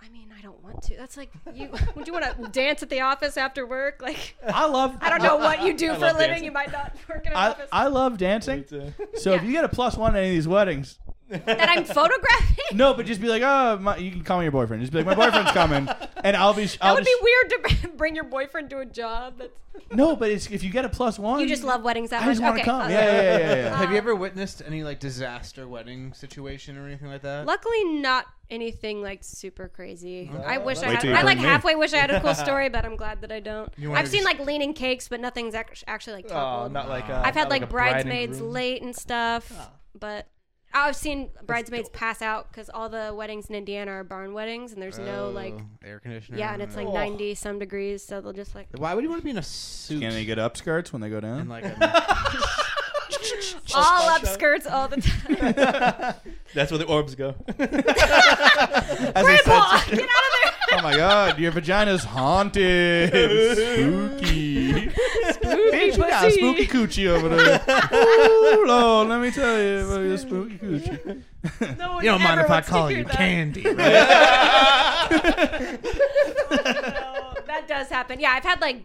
D: I mean, I don't want to. That's like you. would you want to dance at the office after work? Like,
C: I love.
D: I don't know what you do
E: I
D: for a
E: love
D: living.
E: dancing.
D: You might not work in an
C: I,
D: office.
C: I love dancing.
E: It's, uh,
C: So if
D: Yeah.
C: you get a plus one at any of these weddings,
D: that I'm photographing.
C: no, but just be like, oh, my, you can call me your boyfriend. Just be like, my boyfriend's coming, and I'll be. sh-
D: That
C: I'll
D: would be
C: just,
D: weird to bring your boyfriend to a job. That's,
C: No, but it's if you get a plus one,
D: you just love weddings that
C: I
D: much.
C: just want to
D: okay. Uh,
C: come.
D: okay.
C: Yeah, yeah, yeah, yeah. yeah.
D: Uh,
B: Have you ever witnessed any like disaster wedding situation or anything like that?
D: Luckily, not anything like super crazy. I wish I
C: Wait
D: had.
C: till you
D: I like
C: bring me.
D: halfway wish I had a cool story, but I'm glad that I don't.
B: You wanna
D: I've seen
B: just-
D: like leaning cakes, but nothing's act- actually like
E: oh,
D: toppled.
E: not like. Uh,
D: I've had
E: not
D: like,
E: a bride and
D: bridesmaids
E: groom.
D: late and stuff, but I've seen bridesmaids pass out because all the weddings in Indiana are barn weddings, and there's
B: Oh,
D: no like.
B: air conditioner.
D: Yeah, and it's like
E: Oh.
D: 90 some degrees, so they'll just like.
B: why would you want to be in a suit?
C: Can they get upskirts when they go down?
B: and like a,
D: all
E: sponge up.
D: upskirts all the time.
E: That's where the orbs go.
C: As I
D: Grandpa,
C: said-
D: get out of
C: oh my god, your vagina's haunted. Spooky. Hey, you got a spooky coochie over there. Ooh, Lord, let me tell you about your spooky coochie.
D: there! No one
B: you don't mind if
D: ever
B: I
D: wants to
B: call
D: hear
B: you
D: that.
B: Candy, right?
D: No, that does happen. Yeah, I've had like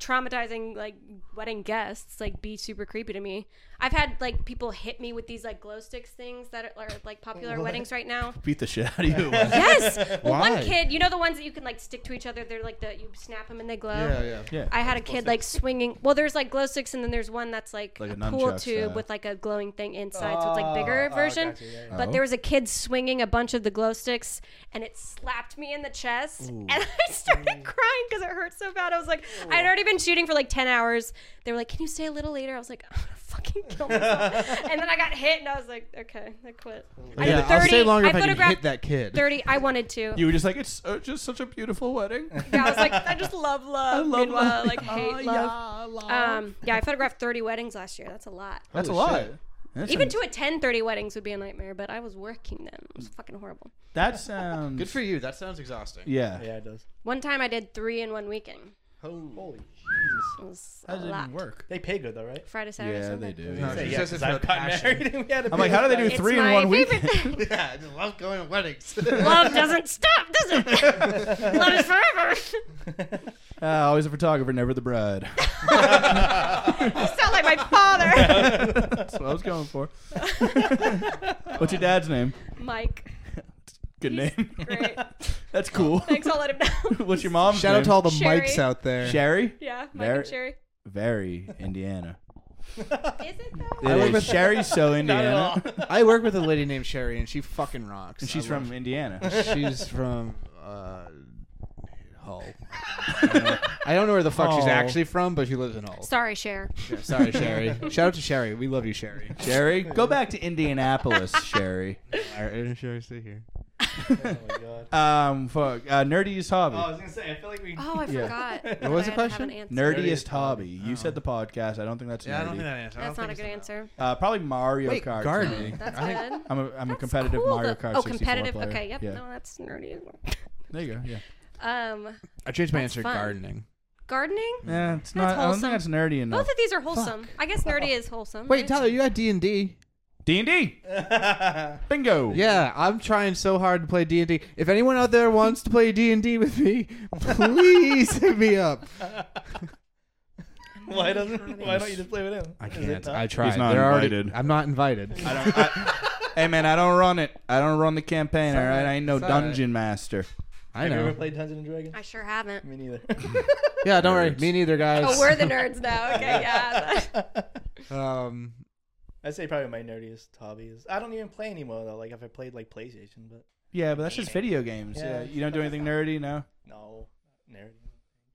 D: traumatizing like wedding guests like be super creepy to me. I've had like people hit me with these like glow sticks things that are, are like popular at weddings right now.
C: Beat the shit out of you.
D: Yes. Well,
B: Why?
D: one kid, you know the ones that you can like stick to each other. They're like the you snap them and they glow.
B: yeah, yeah.
D: I had a kid like swinging. Well, there's like glow sticks, and then there's one that's like,
C: Like
D: a,
C: a
D: pool
C: nunchuck
D: tube
C: style.
D: with like a glowing thing inside, so it's like bigger
E: Oh, oh,
D: version.
E: gotcha, yeah, yeah.
D: But
C: Oh.
D: there was a kid swinging a bunch of the glow sticks, and it slapped me in the chest, and I started crying because it hurt so bad. I was like, I had already been shooting for like ten hours. They were like, "Can you stay a little later?" I was like, "I'm gonna fucking kill myself." and then I got hit, and I was like, "Okay, I quit." I had
B: yeah I'll stay longer if I can
D: photographed
B: hit that kid.
D: thirty. I wanted to.
C: You were just like, it's uh, just such a beautiful wedding.
D: Yeah, I was like, I just love love.
C: love
D: Meanwhile,
C: love.
D: I, like hate
C: Oh,
D: love. Yeah, um, yeah, I photographed 30 weddings last year. That's a lot.
C: That's
B: Holy
C: a lot.
B: shit.
C: That's
D: Even
C: a-
D: to attend 30 weddings would be a nightmare, but I was working them. It was fucking horrible.
C: that sounds
B: Good for you. That sounds exhausting.
C: Yeah.
E: yeah, it does.
D: One time I did three in one weekend.
B: Oh.
E: Holy Jesus.
D: It was
C: How
D: a
C: does it
D: lot.
C: even work?
E: They pay good though, right?
D: Friday, Saturday,
C: Yeah,
D: Sunday.
C: they do.
B: No,
C: yeah.
B: she
E: yeah,
B: says it's
E: 'cause I've
B: about
E: gotten
B: passion.
E: married and we had a
C: I'm like, how do they do
D: It's
C: three in
D: my
C: one week?
D: favorite thing.
B: Yeah, I just love going to weddings.
D: Love doesn't stop, does it? Love is forever.
C: Uh, always a photographer, never the bride.
D: You sound like my father.
C: That's what I was going for. What's your dad's name?
D: Mike.
C: Good
D: He's
C: name.
D: Great.
C: That's cool.
D: Thanks. I'll let him know.
C: What's your mom's
B: Shout
C: name?
B: out to all the
D: Sherry.
B: mics out there.
C: Sherry.
D: Yeah, Mike
C: Very-
D: and Sherry.
C: Very Indiana.
D: Is it though?
C: It
B: work
C: is.
B: with-
C: Sherry's so Indiana.
B: I work with a lady named Sherry, and she fucking rocks.
C: And she's
B: I
C: from
B: love-
C: Indiana.
B: She's from. Uh, Hull. I don't know- I don't know where the fuck she's
C: Oh.
B: actually from, but she lives in Hull.
D: Sorry, Cher.
B: Yeah, Sorry, Sherry. Shout out to Sherry. We love you, Sherry.
C: Sherry, go back to Indianapolis, Sherry.
B: Sherry, stay here.
E: Oh my god.
C: Um, fuck. Uh, nerdiest hobby.
E: Oh, I was gonna say. I feel like we.
D: Oh, I
C: Yeah.
D: forgot.
E: What
D: that
B: was the
D: I had to have
B: question?
D: an answer.
C: nerdiest,
E: Nerdiest
C: hobby.
E: hobby.
C: You said the podcast. I don't think that's nerdy.
B: Yeah, I don't think that is. I
D: That's
B: don't
D: not a good
B: think it's
D: answer.
C: uh, probably Mario
B: Wait,
C: Kart.
B: gardening.
D: That's
B: I think-
D: good.
C: I'm a, I'm a
D: That's
C: competitive
D: cool,
C: Mario
D: though.
C: Kart.
D: Oh,
C: 64
D: competitive.
C: player.
D: Okay, yep.
C: Yeah.
D: No, that's nerdy. as well.
C: There you go. Yeah.
D: Um,
B: I changed my
D: That's
B: answer.
D: fun.
B: Gardening.
D: gardening.
C: Yeah, it's not. I don't
D: wholesome.
C: think that's nerdy enough.
D: Both of these are wholesome. I guess nerdy is wholesome.
B: Wait,
D: right?
B: Tyler, you got D and D.
C: D and D. Bingo.
B: Yeah, I'm trying so hard to play D and D. If anyone out there wants to play D and D with me, please hit me up.
E: why doesn't? Why don't you just play with him?
B: I
E: Is it
B: can't.
E: not?
B: I tried.
C: He's not
B: They're already-
C: invited.
B: I'm not invited.
C: I don't. I, hey man, I don't run it. I don't run the campaign. All right, I ain't no
B: It's all right.
C: dungeon master.
B: I
E: Have you ever
B: know.
E: played Dungeons and Dragons?
D: I sure haven't.
E: Me neither.
B: Yeah, don't worry.
C: Nerds.
B: Me neither, guys.
D: Oh, we're the nerds now. Okay, yeah.
B: um,
E: I'd say probably my nerdiest hobby is I don't even play anymore though. Like if I played like PlayStation, but
C: Yeah, but that's just video games. Yeah,
E: Yeah.
C: you don't do anything nerdy, no.
E: no, nerd.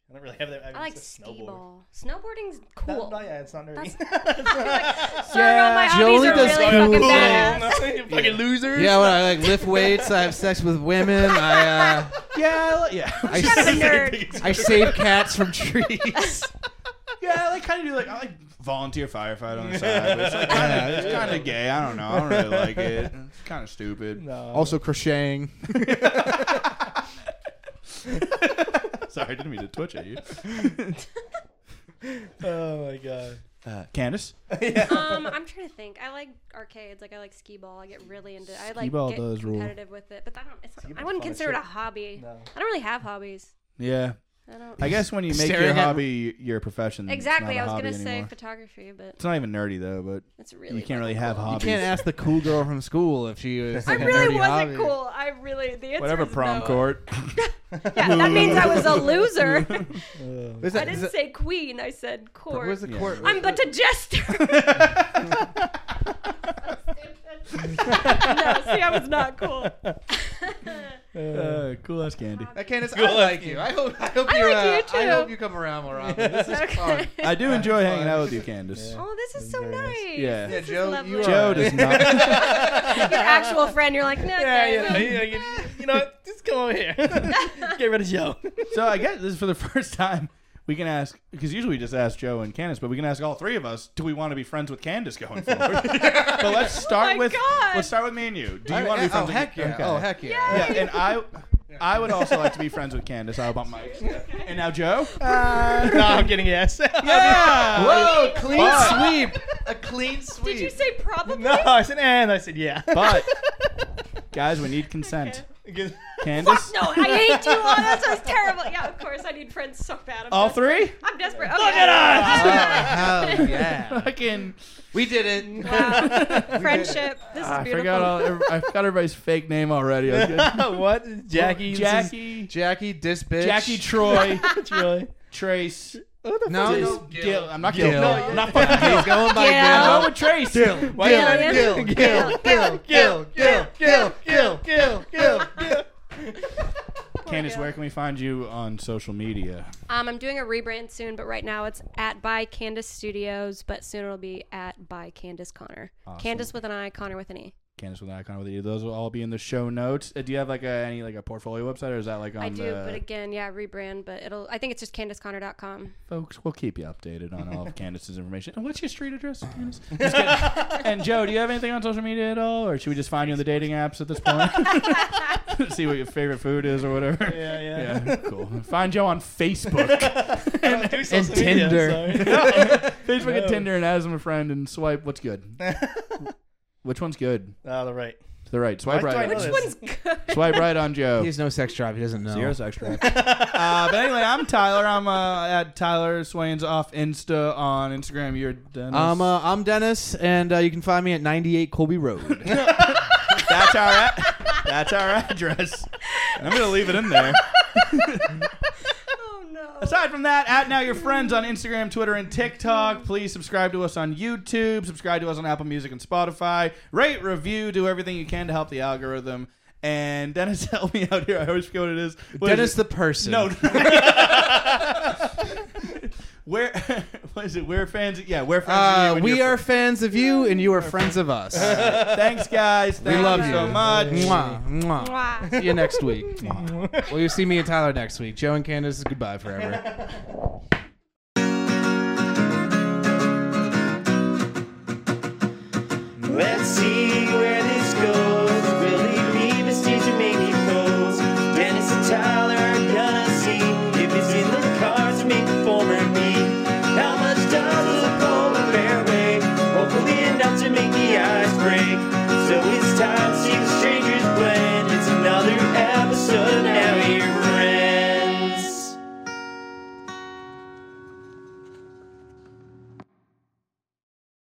E: I don't really have that. mean,
D: I like
E: it's a
D: skee-ball. Snowboarding's
E: That-
D: cool.
E: no, yeah, it's not nerdy.
D: That's-
E: It's
D: Sorry,
B: Yeah,
D: all my hobbies
B: Joey
D: are
B: does
D: really
B: cool
D: fucking
B: things.
D: badass.
E: you fucking losers.
B: yeah, when I like lift weits, I have sex with women. I uh,
C: Yeah, I li- yeah.
B: I,
D: Kind of a
B: s-
D: nerd.
B: I save cats from trees.
C: Yeah, I like kind of do like I like volunteer firefight on the side. But it's like kind
B: Yeah.
C: of it's kind of gay. I don't know. I don't really like it. It's kind of stupid.
E: No.
B: also crocheting.
C: Sorry, I didn't mean to twitch at you.
E: Oh my god.
C: Uh, Candice,
D: Um, I'm trying to think. I like arcades. Like I like skee ball. I get really into. I like
C: Skee-ball
D: get
C: does rule.
D: competitive with it, but I don't. It's, I
E: Skee-ball's
D: wouldn't
E: fun as
D: consider it a
E: shit.
D: hobby.
E: No.
D: I don't really have hobbies.
C: yeah.
D: I don't.
C: I guess when you make your
B: Staring at-
C: hobby your profession, it's not
D: exactly.
C: a
D: I was
C: hobby
D: gonna say
C: anymore.
D: photography, but
C: it's not even nerdy though, but
D: it's really.
C: you can't really
D: fucking
C: have
D: cool.
B: You
C: hobbies.
B: can't ask the cool girl from school if she was.
D: I
B: like, a
D: really
B: nerdy
D: wasn't
B: hobby.
D: cool. I really the answer
C: Whatever
D: is
C: prom
D: no.
C: court.
D: Yeah, that means I was a loser.
E: Oh.
B: Is
D: I
B: that- is
D: didn't
B: that-
D: say queen. I said
B: what
D: court.
B: was the
C: Yeah.
B: court?
D: I'm but a jester. no, see, I was not cool.
C: uh, cool ass candy.
B: I can't. I like you. I hope. I hope
D: I
B: you.
D: like you
B: uh, I
D: too.
B: hope you come around more often. This is fun.
D: Okay.
C: I do enjoy
B: fine.
C: hanging out with you, Candice.
E: Yeah.
D: Oh, this is so
E: Very
D: nice.
E: nice.
C: Yeah.
B: Yeah,
D: This is
B: Joe,
D: lovely.
B: you are-
C: Joe does not.
D: Your actual friend, you're like, no,
E: Yeah, yeah,
D: yeah,
E: yeah, yeah, you know, what? just come over here. Get rid of Joe.
C: so I guess this is for the first time we can ask because usually we just ask Joe and Candice, but we can ask all three of us: Do we want to be friends with Candice going forward? but let's start
D: Oh my
C: with
D: God.
C: let's start with me and you. Do you
B: I-
C: want to
B: yeah,
C: be friends?
B: Oh
C: with
B: heck yeah!
C: Okay.
B: Oh heck yeah!
C: Yeah, and I, I would also like to be friends with Candice. I bump Mike. And now Joe.
B: Uh,
E: no, I'm getting yes.
C: yeah.
B: Whoa! Clean
C: Fuck.
B: sweep. A clean sweep.
D: Did you say probably?
E: No, I said and I said yeah.
C: But guys, we need consent. Candice.
D: No, I hate you all. That's was terrible. Yeah, of course, I need friends so bad. I'm
C: All
D: desperate.
C: three?
D: I'm desperate.
E: Look at
B: Oh hell yeah!
C: Fucking.
B: We did it.
D: Wow. Friendship. This is
C: Ah, I
D: beautiful.
C: forgot all. I forgot everybody's fake name already. I was good.
E: us. what? Jackie. this is
C: Jackie.
B: Jackie, this bitch.
C: Jackie Troy.
E: Troy.
C: Trace.
B: no, no,
C: Gil. I'm not
B: Gil.
C: Gil.
B: No,
C: I'm not fucking Gil.
B: he's going by
D: Gil.
C: I'm
B: Gil.
C: going with Trace.
E: Why
D: Gil,
E: not?
D: yeah.
B: Gil, Gil, Gil, Gil, Gil, Gil, Gil, Gil, Gil.
C: Candice, where can we find you on social media?
D: Um, I'm doing a rebrand soon, but right now it's at by Candace Studios, but soon it'll be at by Candace Connor. Candace with an I, Connor with an E.
C: Candice with an icon with you. Those will all be in the show notes. Uh, do you have like a, any like a portfolio website, or is that like on
D: I do,
C: the
D: but again, yeah, rebrand, but it'll. I think it's just CandaceConnor.com.
C: folks? We'll keep you updated on all of Candice's information. And what's your street address, Candice? Just kidding. and Joe, do you have anything on social media at all, or should we just find you on the dating apps at this point? See what your favorite food is or whatever.
E: Yeah, yeah.
C: Yeah, cool. Find Joe on Facebook.
E: I don't do social
C: And
E: media,
C: Tinder.
E: sorry.
C: Facebook and
E: No.
C: Tinder and ask him a friend and swipe. What's good? Which one's good?
E: Ah, the right.
C: To the right. Swipe
E: Why do I
C: right.
E: know
D: Which
E: this?
D: one's good?
C: Swipe right on Joe.
B: He has no sex drive. He doesn't know.
C: Zero sex drive. uh, but anyway, I'm Tyler. I'm uh, at Tyler Swains off Insta on Instagram. You're Dennis.
B: I'm, uh, I'm Dennis, and uh, you can find me at 98 Colby Road.
C: that's our a- that's our address. I'm gonna leave it in there.
D: oh no.
C: Aside from that, at now your friends on Instagram, Twitter, and TikTok. Please subscribe to us on YouTube. Subscribe to us on Apple Music and Spotify. Rate, review, do everything you can to help the algorithm. And Dennis, help me out here. I always forget what it is. What is
B: Dennis
C: it?
B: the person.
C: No. where what is it? We're fans. Yeah, we're fans. of you
B: Uh,
C: and
B: we
C: you're
B: are fans of you, and you are friends of us.
C: fr- Thanks, guys. Thank
B: love
C: you
B: you.
C: so much.
B: Mwah, mwah.
D: Wow.
B: See you next week. Well, you see me and Tyler next week. Joe and Candace, goodbye forever.
A: Let's see